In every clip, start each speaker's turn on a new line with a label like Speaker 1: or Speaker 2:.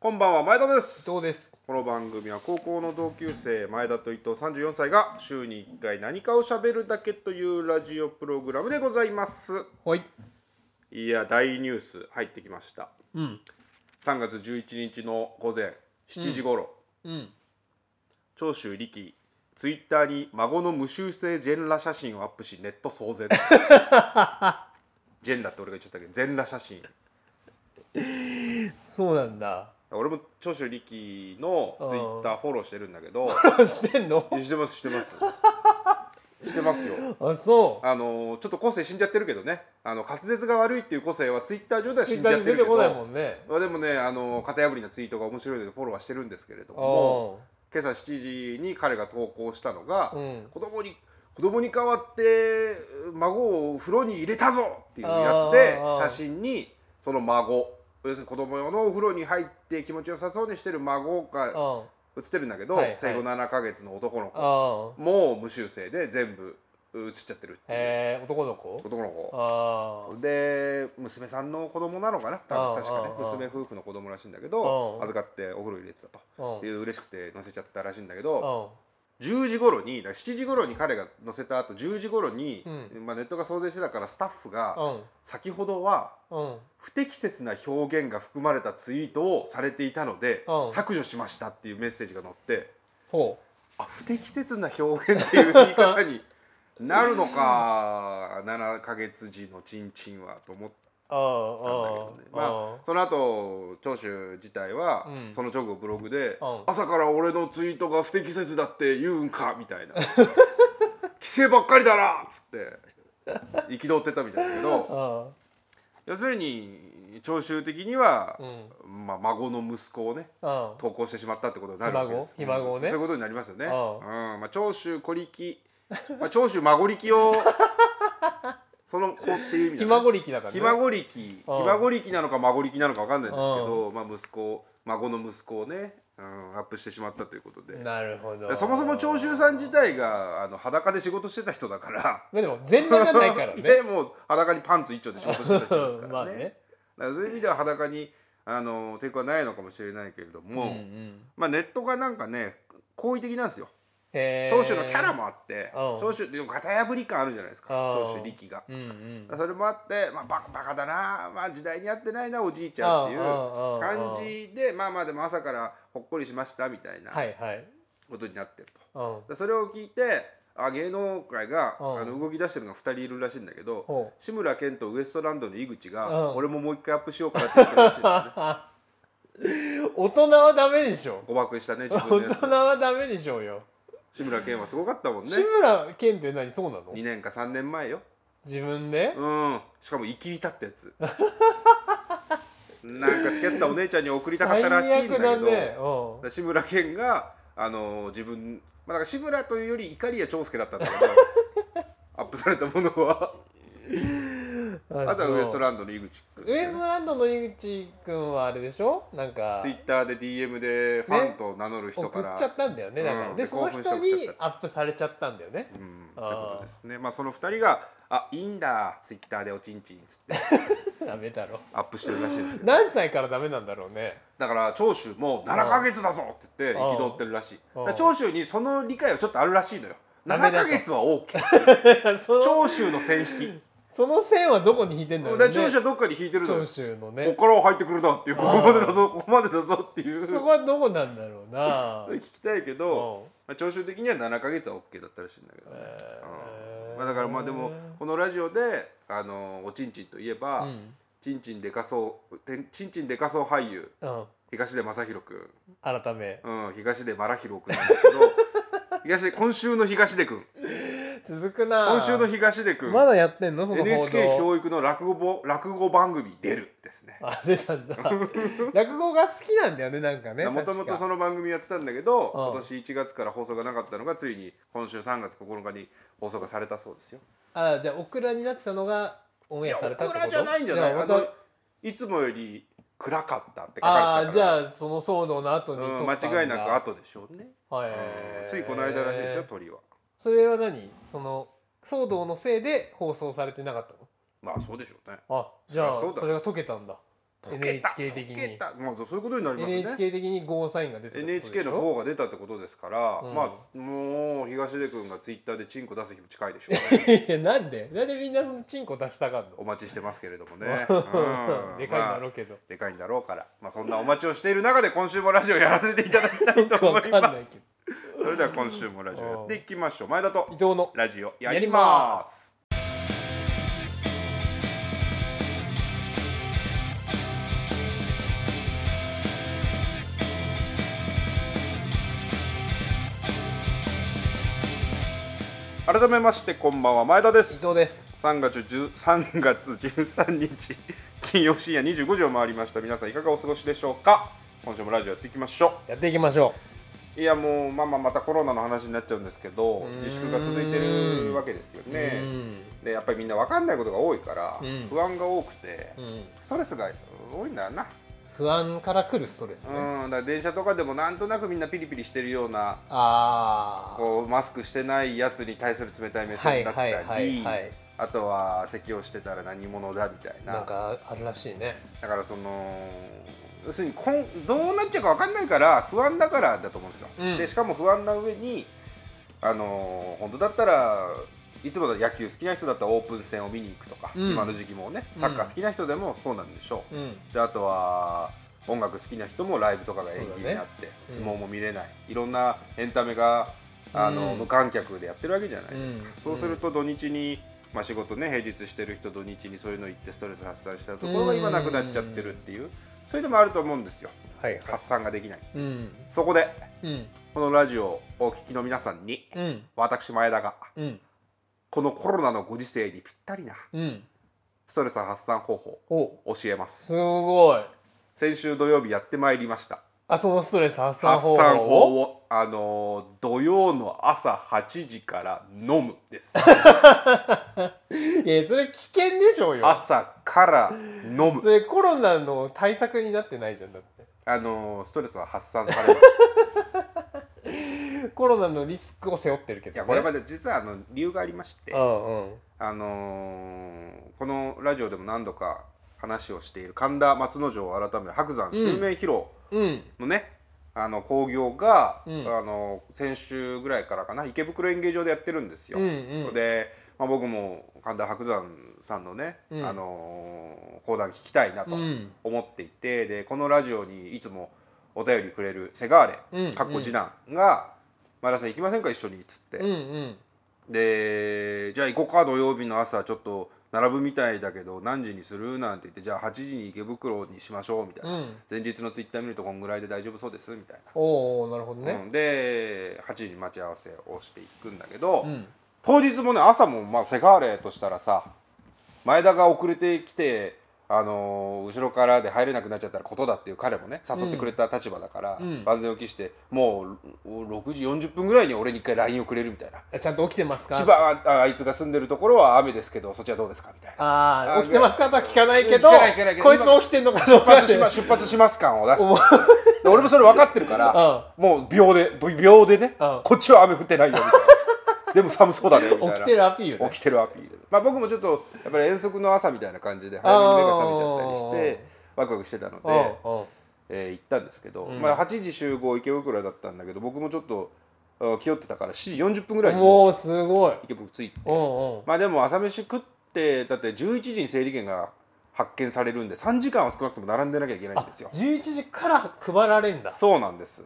Speaker 1: こんばんは前田です
Speaker 2: どうです
Speaker 1: この番組は高校の同級生前田と伊藤34歳が週に1回何かを喋るだけというラジオプログラムでございます
Speaker 2: はい
Speaker 1: いや大ニュース入ってきました
Speaker 2: うん
Speaker 1: 3月11日の午前7時頃、
Speaker 2: うん
Speaker 1: 長州力ツイッターに孫の無修正全裸写真をアップしネット騒 然ジェンラって俺が言っちゃったけど全裸写真
Speaker 2: そうなんだ
Speaker 1: 俺も長州力のツイッターフォローしてるんだけど
Speaker 2: してんの
Speaker 1: してますしてます してますよ
Speaker 2: あそう
Speaker 1: あのーちょっと個性死んじゃってるけどねあの滑舌が悪いっていう個性はツイッター上では死
Speaker 2: ツイ
Speaker 1: んじ
Speaker 2: ッタ
Speaker 1: ゃっ
Speaker 2: ーに
Speaker 1: て
Speaker 2: 出
Speaker 1: る
Speaker 2: て
Speaker 1: けど
Speaker 2: こないもんね
Speaker 1: まあでもね、あのー型破りなツイートが面白いのでフォローはしてるんですけれども
Speaker 2: う
Speaker 1: 今朝7時に彼が投稿したのが、
Speaker 2: うん
Speaker 1: 子供に子供に代わって孫を風呂に入れたぞっていうやつで
Speaker 2: あー
Speaker 1: 写真にその孫要するに子供用のお風呂に入って気持ちよさそうにしてる孫が
Speaker 2: ん
Speaker 1: 写ってるんだけど、
Speaker 2: はいはい
Speaker 1: 生後7ヶ月の男の子
Speaker 2: ああ
Speaker 1: もう無修正で全部写っちゃってるっていう
Speaker 2: へえ男の子
Speaker 1: 男の子
Speaker 2: ああ
Speaker 1: で娘さんの子供なのかな
Speaker 2: あ
Speaker 1: 多
Speaker 2: あ
Speaker 1: 分確かね
Speaker 2: ああ
Speaker 1: 娘夫婦の子供らしいんだけど
Speaker 2: ああ
Speaker 1: 預かってお風呂入れてた
Speaker 2: う
Speaker 1: と
Speaker 2: ん
Speaker 1: で嬉しくて載せちゃったらしいんだけ
Speaker 2: う
Speaker 1: ど
Speaker 2: ん
Speaker 1: 10時頃にだから7時頃に彼が載せた後10時頃に、
Speaker 2: う
Speaker 1: まあ、ネットが騒然してたからスタッフが
Speaker 2: うん
Speaker 1: 先ほどは
Speaker 2: うん
Speaker 1: 不適切な表現が含まれたツイートをされていたので
Speaker 2: ああ
Speaker 1: 削除しましたっていうメッセージが載って
Speaker 2: ほ
Speaker 1: あ不適切な表現っていう言い方になるのか7ヶ月時のチンチンはと思った
Speaker 2: うあああ
Speaker 1: んだけどね
Speaker 2: あ
Speaker 1: まあその後長州自体は、
Speaker 2: うん
Speaker 1: その直後ブログで、
Speaker 2: うん
Speaker 1: 朝から俺のツイートが不適切だって言うんか」みたいな「 規制ばっかりだな!」っつって憤ってたみたいだけど
Speaker 2: あ
Speaker 1: 要するに長州的には、
Speaker 2: ん
Speaker 1: まあ、孫の息子をね
Speaker 2: あうん
Speaker 1: 投稿してしまったってことになるわけです。
Speaker 2: ひ孫ひ孫をね
Speaker 1: そういうことになりますよね。う、
Speaker 2: うんん
Speaker 1: まあ長州小力、まあ長州孫力を その子っていう意味
Speaker 2: ひ
Speaker 1: だね。
Speaker 2: 孫力だから
Speaker 1: ひ
Speaker 2: ね
Speaker 1: 孫力、ひ孫力なのか孫力なのかわかんないんですけど、まあ息子、孫の息子をね、うん、アップしてしまったということで。
Speaker 2: なるほど
Speaker 1: そもそも長州さん自体があの裸で仕事してた人だから。
Speaker 2: まあでも全裸じゃない からね
Speaker 1: でもう裸にパンツ一丁で仕事してた人ですか
Speaker 2: ま
Speaker 1: ら
Speaker 2: あ
Speaker 1: ね。
Speaker 2: ね
Speaker 1: だからそういう意味では裸にあの抵抗はないのかもしれないけれども、
Speaker 2: うんうん
Speaker 1: まあ、ネットがなんかね好意的なんですよ
Speaker 2: へえ
Speaker 1: 長州のキャラもあって
Speaker 2: うん
Speaker 1: 長州ってでも型破り感あるじゃないですか
Speaker 2: うん
Speaker 1: 長州力が。
Speaker 2: うんうん
Speaker 1: それもあって、まあ、バカバカだな、まあ、時代に合ってないなおじいちゃんっていう
Speaker 2: うんうんうん
Speaker 1: 感じでまあまあでも朝からほっこりしましたみたいな
Speaker 2: はいはい
Speaker 1: ことになってると。
Speaker 2: うん
Speaker 1: でそれを聞いてあ芸能界が
Speaker 2: うん
Speaker 1: あの動き出してるのが2人いるらしいんだけど
Speaker 2: ほ
Speaker 1: 志村けんとウエストランドの井口が
Speaker 2: うん
Speaker 1: 俺ももう一回アップしようかなって言ってるらしいんだよね
Speaker 2: 大人はダメでしょ
Speaker 1: 誤爆したね自分の
Speaker 2: 大
Speaker 1: やつ
Speaker 2: 人はダメでしょうよ、
Speaker 1: 志村けんはすごかったもんね
Speaker 2: 志村けんって何そうなの
Speaker 1: 2年か3年前よ
Speaker 2: 自分で、
Speaker 1: うんしかも生きり立ったやつ なんか付き合ってたお姉ちゃんに送りたかったらしいんだけ
Speaker 2: 最
Speaker 1: ど
Speaker 2: 悪だねうん
Speaker 1: 志村けんが、あのー自分、まあ、だから志村というより怒りや長介だったんだけど アップされたものはあとはウエスト
Speaker 2: ン
Speaker 1: ランドの井口君
Speaker 2: ウエストランドの井口くんはあれでしょなんか
Speaker 1: ツイッターで DM でファンと名乗る人
Speaker 2: 送
Speaker 1: か
Speaker 2: っ
Speaker 1: ら、
Speaker 2: ちゃったんだよねだから、
Speaker 1: うんで
Speaker 2: でその
Speaker 1: 興奮して
Speaker 2: 人
Speaker 1: 送っ
Speaker 2: に
Speaker 1: ちゃった
Speaker 2: アップされちゃったんだよね、
Speaker 1: うん、
Speaker 2: あ
Speaker 1: そ
Speaker 2: ー
Speaker 1: ういうことですねまあその2人が「あいいんだツイッターでおちんちん」っつって
Speaker 2: ダメだろ
Speaker 1: アップしてるらしいですけど
Speaker 2: 何歳からダメなんだろうね
Speaker 1: だから長州も7ヶ月だぞって言って憤ってるらしい
Speaker 2: うん
Speaker 1: だから長州にその理解はちょっとあるらしいのよ
Speaker 2: ダメ
Speaker 1: 7
Speaker 2: だ
Speaker 1: ヶ
Speaker 2: と
Speaker 1: 月は OK
Speaker 2: その
Speaker 1: 長州の線引き
Speaker 2: その線はどこに引いてんだろ
Speaker 1: だ
Speaker 2: う
Speaker 1: か
Speaker 2: ね
Speaker 1: ら長州はどっかに引いてるのよ
Speaker 2: 長
Speaker 1: こ
Speaker 2: 州の
Speaker 1: こ
Speaker 2: ね
Speaker 1: からは入ってくるなっていうここまでだぞここまでだぞっていう
Speaker 2: そこはどこなんだろうな
Speaker 1: 聞きたいけ
Speaker 2: うん
Speaker 1: どまあ長州的には7ヶ月は OK だったらしいんだけどねうんまあだからまあでもこのラジオであのおちんちんといえば
Speaker 2: うん
Speaker 1: ちんちんでかそうてんちんちんでかそう俳優
Speaker 2: うん
Speaker 1: 東出昌大君
Speaker 2: 改め
Speaker 1: うん、東出マラヒロ君なんですけど 東出今週の東出君
Speaker 2: 続くな
Speaker 1: 今週の東出君、
Speaker 2: まだやってんのその報道
Speaker 1: NHK 教育の落語ぼ落語番組出るですね
Speaker 2: あ出たんだ落語が好きなんだよねなんかね
Speaker 1: もともとそ
Speaker 2: の
Speaker 1: の番組やってたんだけど
Speaker 2: うん
Speaker 1: 今年1月から放送がなかったのがついに今週3月9日に放送がされたそうですよ
Speaker 2: あじゃあオクラになってたのがオンエアされたってこと
Speaker 1: じゃないんじゃない
Speaker 2: や
Speaker 1: あ
Speaker 2: また
Speaker 1: のいつもより暗かったって書か
Speaker 2: あ
Speaker 1: れてた
Speaker 2: じ
Speaker 1: から
Speaker 2: ゃあその騒動の後に
Speaker 1: う
Speaker 2: 撮
Speaker 1: ん、
Speaker 2: ったんだ
Speaker 1: 間違いなく後でしょうね、
Speaker 2: はい
Speaker 1: うんついこの間らしいですよ鳥は
Speaker 2: それは何その騒動のせいで放送されてなかったの
Speaker 1: まあそうでしょうね
Speaker 2: あじゃ
Speaker 1: そりゃそう
Speaker 2: あ
Speaker 1: だ
Speaker 2: それが解けたんだ
Speaker 1: 溶けた
Speaker 2: NHK 的に
Speaker 1: 溶けたまあそういうことになりますね
Speaker 2: NHK 的にゴーサインが出てたってことで
Speaker 1: NHK
Speaker 2: し
Speaker 1: の
Speaker 2: ょ
Speaker 1: 方が出たってことですから、
Speaker 2: うん
Speaker 1: まあもう東出君がツイッターでチンコ出す日も近いでしょう
Speaker 2: いやなんでなんでみんなそのチンコ出したがんの
Speaker 1: お待ちしてますけれどもね、うん
Speaker 2: でかいんだろうけど、
Speaker 1: でかいんだろうから、まあ、そんなお待ちをしている中で今週もラジオやらせていただきたいと思
Speaker 2: わ
Speaker 1: い
Speaker 2: かんな
Speaker 1: ま
Speaker 2: い
Speaker 1: す
Speaker 2: けど
Speaker 1: それでは今週もラジオやっていきましょう前田と
Speaker 2: 伊藤の
Speaker 1: ラジオや
Speaker 2: や
Speaker 1: り
Speaker 2: りま
Speaker 1: ます
Speaker 2: す
Speaker 1: 改めましてこんばんは前田で
Speaker 2: 伊
Speaker 1: す
Speaker 2: 藤です
Speaker 1: 3月10 3月13日金曜深夜25時を回りました皆さんいかがお過ごしでしょうか今週もラジオやっていきましょ
Speaker 2: やっていきましょ
Speaker 1: ういやもうまあまあまたコロナの話になっちゃうんですけど
Speaker 2: ん
Speaker 1: 自粛が続いてるわけですよ
Speaker 2: う、
Speaker 1: ねでやっぱりみんな分かんないことが多いから
Speaker 2: うん
Speaker 1: 不安が多くて
Speaker 2: うんうん
Speaker 1: ストレスが多いんだよな
Speaker 2: 不安から来るストレス
Speaker 1: う
Speaker 2: ね、
Speaker 1: んだから電車とかでもなんとなくみんなピリピリしてるような
Speaker 2: ああ
Speaker 1: こうマスクしてないやつに対する冷たい目線だった
Speaker 2: はいはいはい
Speaker 1: り
Speaker 2: はい
Speaker 1: あとは咳をしてたら何者だみたいな
Speaker 2: なんかあるらしいね
Speaker 1: だからその要するにこんどうなっちゃうか分かんないから不安だからだと思うんですよ、
Speaker 2: うん
Speaker 1: でしかも不安な上にあのー本当だったらいつもだと野球好きな人だったらオープン戦を見に行くとか、
Speaker 2: うん
Speaker 1: 今の時期もねサッカー好きな人でもそうなんでしょう、
Speaker 2: うん
Speaker 1: であとは音楽好きな人もライブとかが延期
Speaker 2: そう
Speaker 1: に
Speaker 2: だね
Speaker 1: なって、相撲も見れないいろんなエンタメがあの、
Speaker 2: うん
Speaker 1: 無観客でやってるわけじゃないですか、
Speaker 2: うん
Speaker 1: そうすると土日に、まあ、仕事ね平日してる人土日にそういうの行ってストレス発散したところが今なくなっちゃってるっていうそれでもあると思うんですよ
Speaker 2: はいはい
Speaker 1: 発散ができない
Speaker 2: うん
Speaker 1: そこで
Speaker 2: うん
Speaker 1: このラジオをお聞きの皆さんに
Speaker 2: うん
Speaker 1: 私前田が
Speaker 2: うん
Speaker 1: このコロナのご時世にぴったりな
Speaker 2: うん
Speaker 1: ストレス発散方法
Speaker 2: お
Speaker 1: を教えます
Speaker 2: すごい
Speaker 1: 先週土曜日やってまいりました
Speaker 2: あそのストレス発散
Speaker 1: 発
Speaker 2: 方
Speaker 1: 散
Speaker 2: 法を
Speaker 1: 法をあのー土曜の朝8時から飲むです
Speaker 2: いやそれ危険でしょうよ
Speaker 1: 朝から飲む
Speaker 2: それコロナの対策になってないじゃんだって
Speaker 1: あのーストレスは発散されます
Speaker 2: コロナのリスクを背負ってるけ
Speaker 1: い
Speaker 2: ど、ね、
Speaker 1: やこれまで実はあの理由がありまして
Speaker 2: う
Speaker 1: あ、
Speaker 2: んうん
Speaker 1: のーこのラジオでも何度か話をしている神田松之丞改め白山襲名披露
Speaker 2: うん
Speaker 1: のね、あの興行が、
Speaker 2: うん
Speaker 1: あの先週ぐらいからかな池袋演芸場でやってるんですよ。
Speaker 2: うんうん
Speaker 1: で、まあ、僕も神田伯山さんのね、
Speaker 2: うん
Speaker 1: あのー講談聞きたいなと
Speaker 2: うん
Speaker 1: 思っていて、でこのラジオにいつもお便りくれるセガーレ、
Speaker 2: うん
Speaker 1: かっこ次男が「前田さん行きませんか一緒に」っつって、
Speaker 2: うんうん
Speaker 1: で「じゃあ行こうか土曜日の朝ちょっと並ぶみたいだけど何時にする?」なんて言って「じゃあ8時に池袋にしましょう」みたいな、
Speaker 2: うん
Speaker 1: 前日のツイッター見るとこんぐらいで大丈夫そうですみたいな。
Speaker 2: おおなるほどね
Speaker 1: うんで8時に待ち合わせをしていくんだけど、
Speaker 2: うん
Speaker 1: 当日もね朝もまあセガーレとしたらさ前田が遅れてきて、あのー後ろからで入れなくなっちゃったらことだっていう彼もね誘ってくれた立場だから、
Speaker 2: うん
Speaker 1: 万全を期してもう6時40分ぐらいに俺に一回 LINE をくれるみたいな。
Speaker 2: あちゃんと起きてますか
Speaker 1: 千葉はああいつが住んでるところは雨ですけどそっちはどうですかみたいな
Speaker 2: あ
Speaker 1: あ
Speaker 2: あ起きてますかとは聞かないけど
Speaker 1: 聞かない聞かないけど
Speaker 2: こいつ起きてんのかどう
Speaker 1: 出
Speaker 2: か
Speaker 1: 発しま 出発します感を出してで俺もそれ分かってるから、もう秒で秒でね、
Speaker 2: うん
Speaker 1: こっちは雨降ってないよみたい なでも寒そうだねみたいな
Speaker 2: 起きてるアピールね
Speaker 1: 起きてるアピールまあ僕もちょっとやっぱり遠足の朝みたいな感じで早めに目が覚めちゃったりしてワクワクしてたので、
Speaker 2: うんうん
Speaker 1: えー行ったんですけど、
Speaker 2: ん
Speaker 1: まあ、8時集合池袋だったんだけど僕もちょっとあ気負ってたから7時40分ぐらいに
Speaker 2: おおすごい
Speaker 1: 池袋着いて
Speaker 2: うんうん
Speaker 1: まあでも朝飯食ってだって11時に整理券が発見されるんで3時間は少なくとも並んでなきゃいけないんですよ
Speaker 2: 11時から配られるんだ
Speaker 1: そうなんです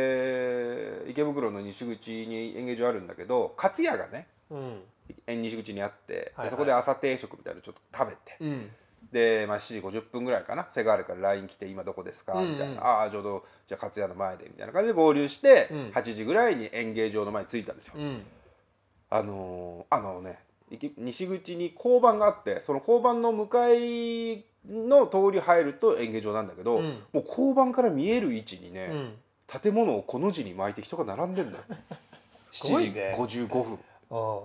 Speaker 1: で池袋の西口に演芸場あるんだけど勝屋がね
Speaker 2: うん
Speaker 1: え西口にあって、で
Speaker 2: はいはい
Speaker 1: そこで朝定食みたいなのちょっと食べて、
Speaker 2: うん
Speaker 1: で、まあ、7時50分ぐらいかなセガールから LINE 来て「今どこですか?」
Speaker 2: うんうん
Speaker 1: みたいな「ああちょうどじゃあ勝屋の前で」みたいな感じで合流して、
Speaker 2: うん
Speaker 1: 8時ぐらいに演芸場の前に着いたんですよ、
Speaker 2: うん
Speaker 1: あのーあのねいき西口に交番があってその交番の向かいの通り入ると演芸場なんだけど、
Speaker 2: うん
Speaker 1: もう交番から見える位置にね、
Speaker 2: うん
Speaker 1: 建物をこの字に巻いて人が並んでんだよ
Speaker 2: すごいね
Speaker 1: 7時55分
Speaker 2: うん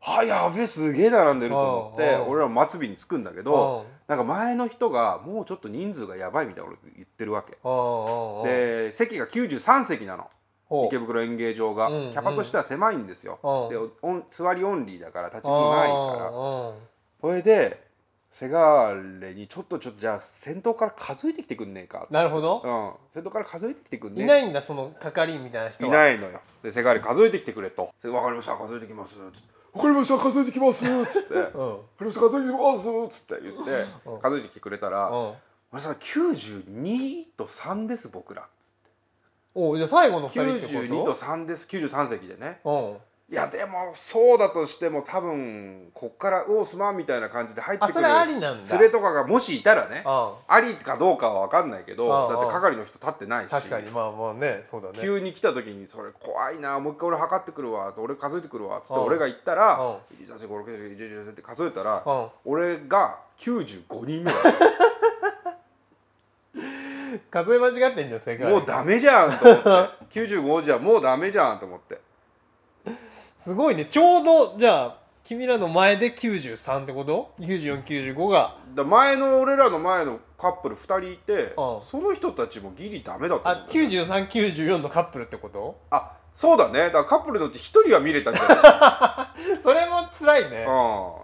Speaker 1: あやべえすげえ並んでると思って
Speaker 2: うんうん
Speaker 1: 俺らも末尾に着くんだけどなんか前の人がもうちょっと人数がやばいみたいなこと言ってるわけ
Speaker 2: うんうんうん
Speaker 1: で席が93席なの
Speaker 2: ほう
Speaker 1: 池袋演芸場が
Speaker 2: うんうん
Speaker 1: キャパとしては狭いんですよ
Speaker 2: うん
Speaker 1: でお座りオンリーだから立ちもないから
Speaker 2: あー
Speaker 1: それでせがれにちょっとちょっとじゃあ先頭から数えてきてくんねえか
Speaker 2: なるほど、
Speaker 1: うん先頭から数えてきてくんね
Speaker 2: い
Speaker 1: え
Speaker 2: ないんだその係員みたいな人
Speaker 1: い
Speaker 2: は
Speaker 1: ないのよでせがれ数えてきてくれと「わかりました数えてきます」つって「わかりました数えてきます」つって「わか
Speaker 2: うんうん
Speaker 1: りました数えてきます」つって言って
Speaker 2: うん
Speaker 1: 数えてきてくれたら「
Speaker 2: お
Speaker 1: 俺さ92と3です僕ら」
Speaker 2: おうじゃあ最後の2人ってこと
Speaker 1: 92と3です93席でね
Speaker 2: うん
Speaker 1: いやでもそうだとしても多分こっから「おうすまん」みたいな感じで入ってく
Speaker 2: あ
Speaker 1: る
Speaker 2: それありなんだ
Speaker 1: 連れとかがもしいたらね
Speaker 2: あ
Speaker 1: ありかどうかは分かんないけど
Speaker 2: ああ
Speaker 1: だって係の人立ってないし
Speaker 2: 確かにまあまあねそうだね
Speaker 1: 急に来た時に「それ怖いなもう一回俺測ってくるわ」俺数えてくるわっつって
Speaker 2: うん
Speaker 1: 俺が行ったら
Speaker 2: うん
Speaker 1: 「1 3 4 5 6 7 8 9 10って数えたら
Speaker 2: うん
Speaker 1: 俺が95人目だ
Speaker 2: 数え間違ってんじゃん世界
Speaker 1: もうダメじゃんと思って95じゃもうダメじゃんと思って
Speaker 2: すごいねちょうどじゃあ君らの前で93ってこと9495が
Speaker 1: だ前の俺らの前のカップル2人いて
Speaker 2: うん
Speaker 1: その人たちもギリダメだった
Speaker 2: あ9394のカップルってこと
Speaker 1: あそうだねだからカップルのうち1人は見れたんじゃない、
Speaker 2: それも辛いね
Speaker 1: うん、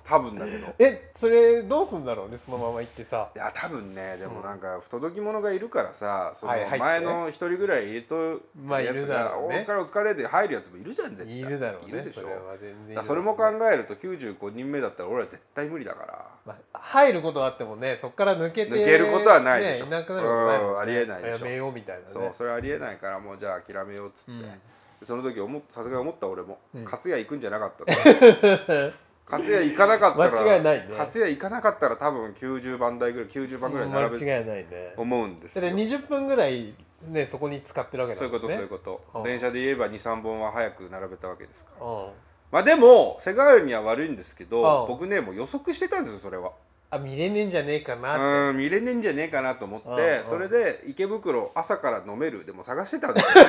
Speaker 1: 多分だけど
Speaker 2: えそれどうすんだろうねそのまま行ってさ
Speaker 1: いや多分ねでもなんか不届き者がいるからさ、その
Speaker 2: はい入ってね
Speaker 1: 前の一人ぐらい入れと
Speaker 2: まあいるだろうね
Speaker 1: お疲れお疲れで入るやつもいるじゃん絶対
Speaker 2: いるだろうね
Speaker 1: いるでしょ
Speaker 2: そ
Speaker 1: だ
Speaker 2: れ
Speaker 1: か
Speaker 2: は全然いるだろうね
Speaker 1: らそれも考えると95人目だったら俺ら絶対無理だから
Speaker 2: まあ、入ることはあってもねそこから抜けて
Speaker 1: 抜けることはないでしょ
Speaker 2: ね、いなくなることないも
Speaker 1: う
Speaker 2: ん、ね、
Speaker 1: んありえないでしょ
Speaker 2: やめようみたいなね
Speaker 1: そうそれありえないからもうじゃあ諦めようっつって、
Speaker 2: うん
Speaker 1: その時思っさすがに思った俺も、
Speaker 2: うん
Speaker 1: 勝也行くんじゃなか ったと勝也行かなかったら
Speaker 2: 間違いないね
Speaker 1: 勝也行かなかったら多分90番台ぐらい90番ぐらい並べる
Speaker 2: 間違いないね
Speaker 1: と思うんです
Speaker 2: だ
Speaker 1: よ
Speaker 2: って20分ぐらいねそこに使ってるわけだ
Speaker 1: そういう
Speaker 2: も
Speaker 1: こと
Speaker 2: んね
Speaker 1: そういうこと、
Speaker 2: うん
Speaker 1: 電車で言えば23本は早く並べたわけですから
Speaker 2: と、うん、
Speaker 1: まあでもセガールには悪いんですけ
Speaker 2: う
Speaker 1: ど
Speaker 2: ん
Speaker 1: 僕ねもう予測してたんですよそれは
Speaker 2: あ見れねえんじゃねえか
Speaker 1: う
Speaker 2: な、
Speaker 1: ーん見れねえんじゃねえかなと思っ
Speaker 2: うんう
Speaker 1: て
Speaker 2: ん
Speaker 1: それで池袋朝から飲めるでも探してたん ですよ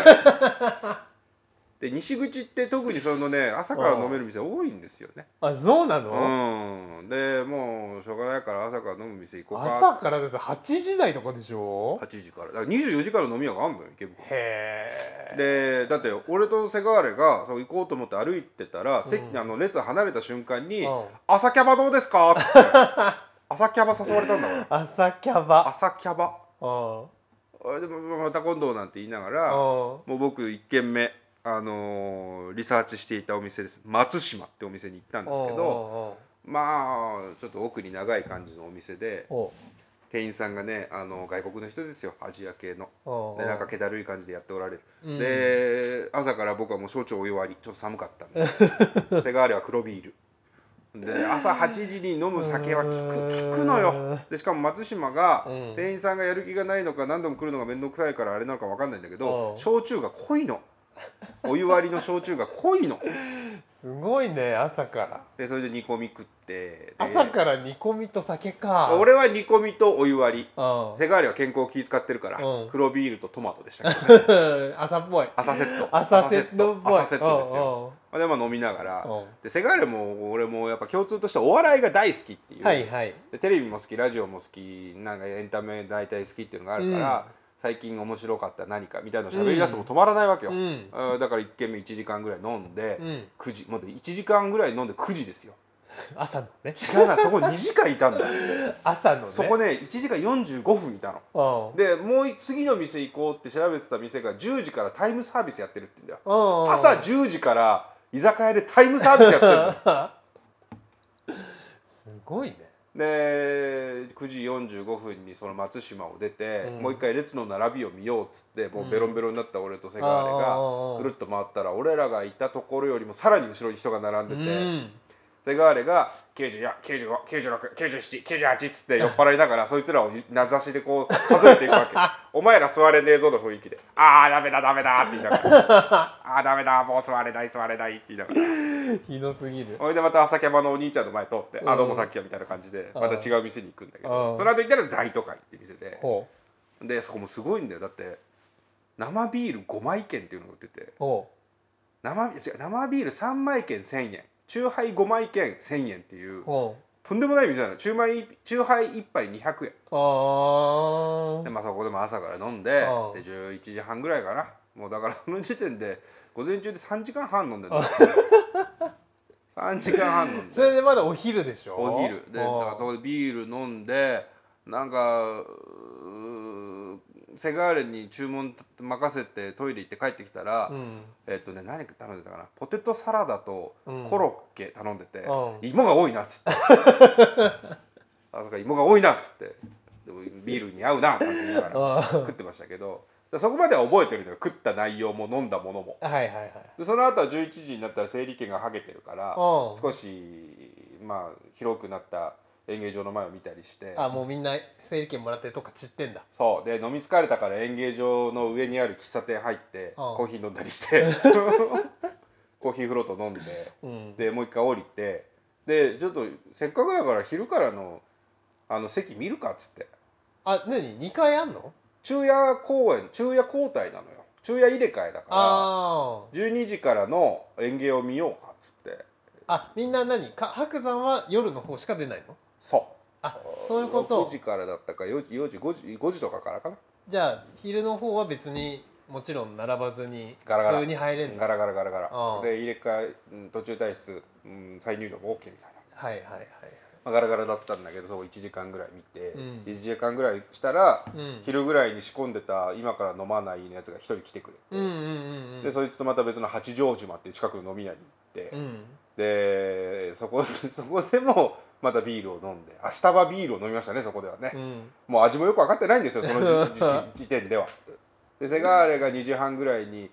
Speaker 1: で西口って特にそのね朝から飲める店多いんですよね
Speaker 2: あそうな
Speaker 1: う
Speaker 2: の、
Speaker 1: んでもうしょうがないから朝から飲む店行こうか
Speaker 2: 朝からだって8時台とかでしょ
Speaker 1: 8時からだから24時から飲み屋があんのよ池袋
Speaker 2: へえ
Speaker 1: でだって俺とセガーレがそう行こうと思って歩いてたら、席
Speaker 2: うん
Speaker 1: あの列離れた瞬間に
Speaker 2: うん
Speaker 1: 「朝キャバどうですか?」って朝キャバ誘われたんだ から
Speaker 2: 朝キャバ
Speaker 1: 朝キャバ
Speaker 2: うん
Speaker 1: あでもままた今度なんて言いながらも
Speaker 2: うん
Speaker 1: う僕1軒目、あのーリサーチしていたお店です松島ってお店に行ったんですけどまあちょっと奥に長い感じのお店で
Speaker 2: うんうんうん
Speaker 1: 店員さんがねあの外国の人ですよアジア系の。
Speaker 2: おう
Speaker 1: でなんか気だるい感じでやっておられる、
Speaker 2: うん
Speaker 1: で朝から僕はもう小腸お湯割りちょっと寒かったんで セガーレは黒ビールで朝8時に飲む酒は効く
Speaker 2: うーん
Speaker 1: 効くのよでしかも松島が
Speaker 2: うん
Speaker 1: 店員さんがやる気がないのか何度も来るのが面倒くさいからあれなのか分かんないんだけ
Speaker 2: う
Speaker 1: ど
Speaker 2: ん
Speaker 1: 焼酎が濃いのお湯割りの焼酎が濃いの
Speaker 2: すごいね朝から
Speaker 1: でそれで煮込み食ってで
Speaker 2: 朝から煮込みと酒か
Speaker 1: 俺は煮込みとお湯割り
Speaker 2: うん
Speaker 1: セガーレは健康を気遣ってるから
Speaker 2: うん
Speaker 1: 黒ビールとトマトでしたけど
Speaker 2: 朝っぽい
Speaker 1: 朝セット
Speaker 2: 朝セットっぽい
Speaker 1: 朝セットですよまあ、でまあ飲みながら
Speaker 2: うん
Speaker 1: でセガールも俺もやっぱ共通としてお笑いが大好きっていう、
Speaker 2: はいはい
Speaker 1: でテレビも好きラジオも好きなんかエンタメ大体好きっていうのがあるから、最近面白かった何かみたいなの喋り出しても止まらないわけよ、
Speaker 2: うん
Speaker 1: あーだから1軒目1時間ぐらい飲んで、
Speaker 2: うん
Speaker 1: 9時もっと1時間ぐらい飲んで9時ですよ
Speaker 2: 朝のね
Speaker 1: 違うなそこ2時間いたんだ
Speaker 2: 朝のね
Speaker 1: そこね1時間45分いたの
Speaker 2: うん
Speaker 1: でもう次の店行こうって調べてた店が10時からタイムサービスやってるって言うんだよ
Speaker 2: うんうん
Speaker 1: 朝10時から居酒屋でタイムサービスやってるの
Speaker 2: すごいね
Speaker 1: で9時45分にその松島を出て、
Speaker 2: うん
Speaker 1: もう一回列の並びを見ようっつってもうベロンベロンになった俺とセガ
Speaker 2: あー
Speaker 1: ーレがぐるっと回ったら俺らがいたところよりもさらに後ろに人が並
Speaker 2: うん
Speaker 1: でて、セガーレが9495969798っつって酔っ払いながらそいつらを名指しでこう数えていくわけ お前ら座れねえぞの雰囲気で「ああダメだダメだ」って言いながら「ああダメだもう座れない座れない」って言いながら。
Speaker 2: ひどすぎる
Speaker 1: ほいでまた朝キャバのお兄ちゃんの前通って「
Speaker 2: う
Speaker 1: あ
Speaker 2: ん
Speaker 1: どうもさっきは」みたいな感じで
Speaker 2: うん
Speaker 1: また違う店に行くんだけ
Speaker 2: うん
Speaker 1: どその後行ったら大都会って店で
Speaker 2: ほ
Speaker 1: でそこもすごいんだよだって生ビール5枚券っていうのが売ってて
Speaker 2: うほ
Speaker 1: 生ビ違う生ビール3枚券1000円チューハイ5枚券1000円っていう
Speaker 2: うほう
Speaker 1: とんでもない店なのチューマイチューハイ1杯200円
Speaker 2: あ
Speaker 1: で
Speaker 2: ー
Speaker 1: まあそこでも朝から飲んでで
Speaker 2: うん
Speaker 1: 11時半ぐらいかなもうだからその時点で午前中で3時間半飲んでる3時間半飲 んで
Speaker 2: それでまだお昼でしょ
Speaker 1: お昼でだ
Speaker 2: うん
Speaker 1: からそこでビール飲んでなんかうーセガールに注文任せてトイレ行って帰ってきたら、
Speaker 2: うん
Speaker 1: えっとね何頼んでたかなポテトサラダと
Speaker 2: うん
Speaker 1: コロッケ頼んでて、
Speaker 2: うん
Speaker 1: 芋が多いなっ つってあそうか芋が多いなっつってでもビールに合うなって言いなが
Speaker 2: うん
Speaker 1: ら食ってましたけどでそこまでは覚えてるのよ食った内容も飲んだものも。
Speaker 2: はいはいはい
Speaker 1: でその後は11時になったら整理券がはげてるから
Speaker 2: うん
Speaker 1: 少しまあ広くなった演芸場の前を見たりして
Speaker 2: あもうみんな整理券もらってるとこ散ってんだ
Speaker 1: そうで飲み疲れたから演芸場の上にある喫茶店入ってコーヒー飲んだりして コーヒーフロート飲んで
Speaker 2: うん
Speaker 1: でもう一回降りてでちょっとせっかくだから昼からのあの席見るかっつって
Speaker 2: あ何2回あんの
Speaker 1: 昼夜公演昼夜交代なのよ昼夜入れ替えだか
Speaker 2: あー
Speaker 1: ら12時からの演芸を見ようかっつって
Speaker 2: あみんな何か白山は夜の方しか出ないの
Speaker 1: そう。
Speaker 2: あそういうこと
Speaker 1: 6時からだったか4時4時5時5時とかからかな
Speaker 2: じゃあ昼の方は別にもちろん並ばずに
Speaker 1: ガラガラ
Speaker 2: 普通に入れんだ
Speaker 1: ガラガラガラガラ
Speaker 2: ああ
Speaker 1: で入れ替えうん途中退出、うん、再入場も OK みたいな、
Speaker 2: はいはいはい
Speaker 1: まあ、ガラガラだったんだけどそこ1時間ぐらい見て、
Speaker 2: うん
Speaker 1: 1時間ぐらいしたら、
Speaker 2: うん
Speaker 1: 昼ぐらいに仕込んでた今から飲まないやつが1人来てくれて、
Speaker 2: うんうんうんう
Speaker 1: で
Speaker 2: ん
Speaker 1: そいつとまた別の八丈島っていう近くの飲み屋に行って、
Speaker 2: うん
Speaker 1: でそこそこでもまたビールを飲んで明日はビールを飲みましたねそこではね、
Speaker 2: うん
Speaker 1: もう味もよく分かってないんですよその時 時時点では。でセガーレが2時半ぐらいに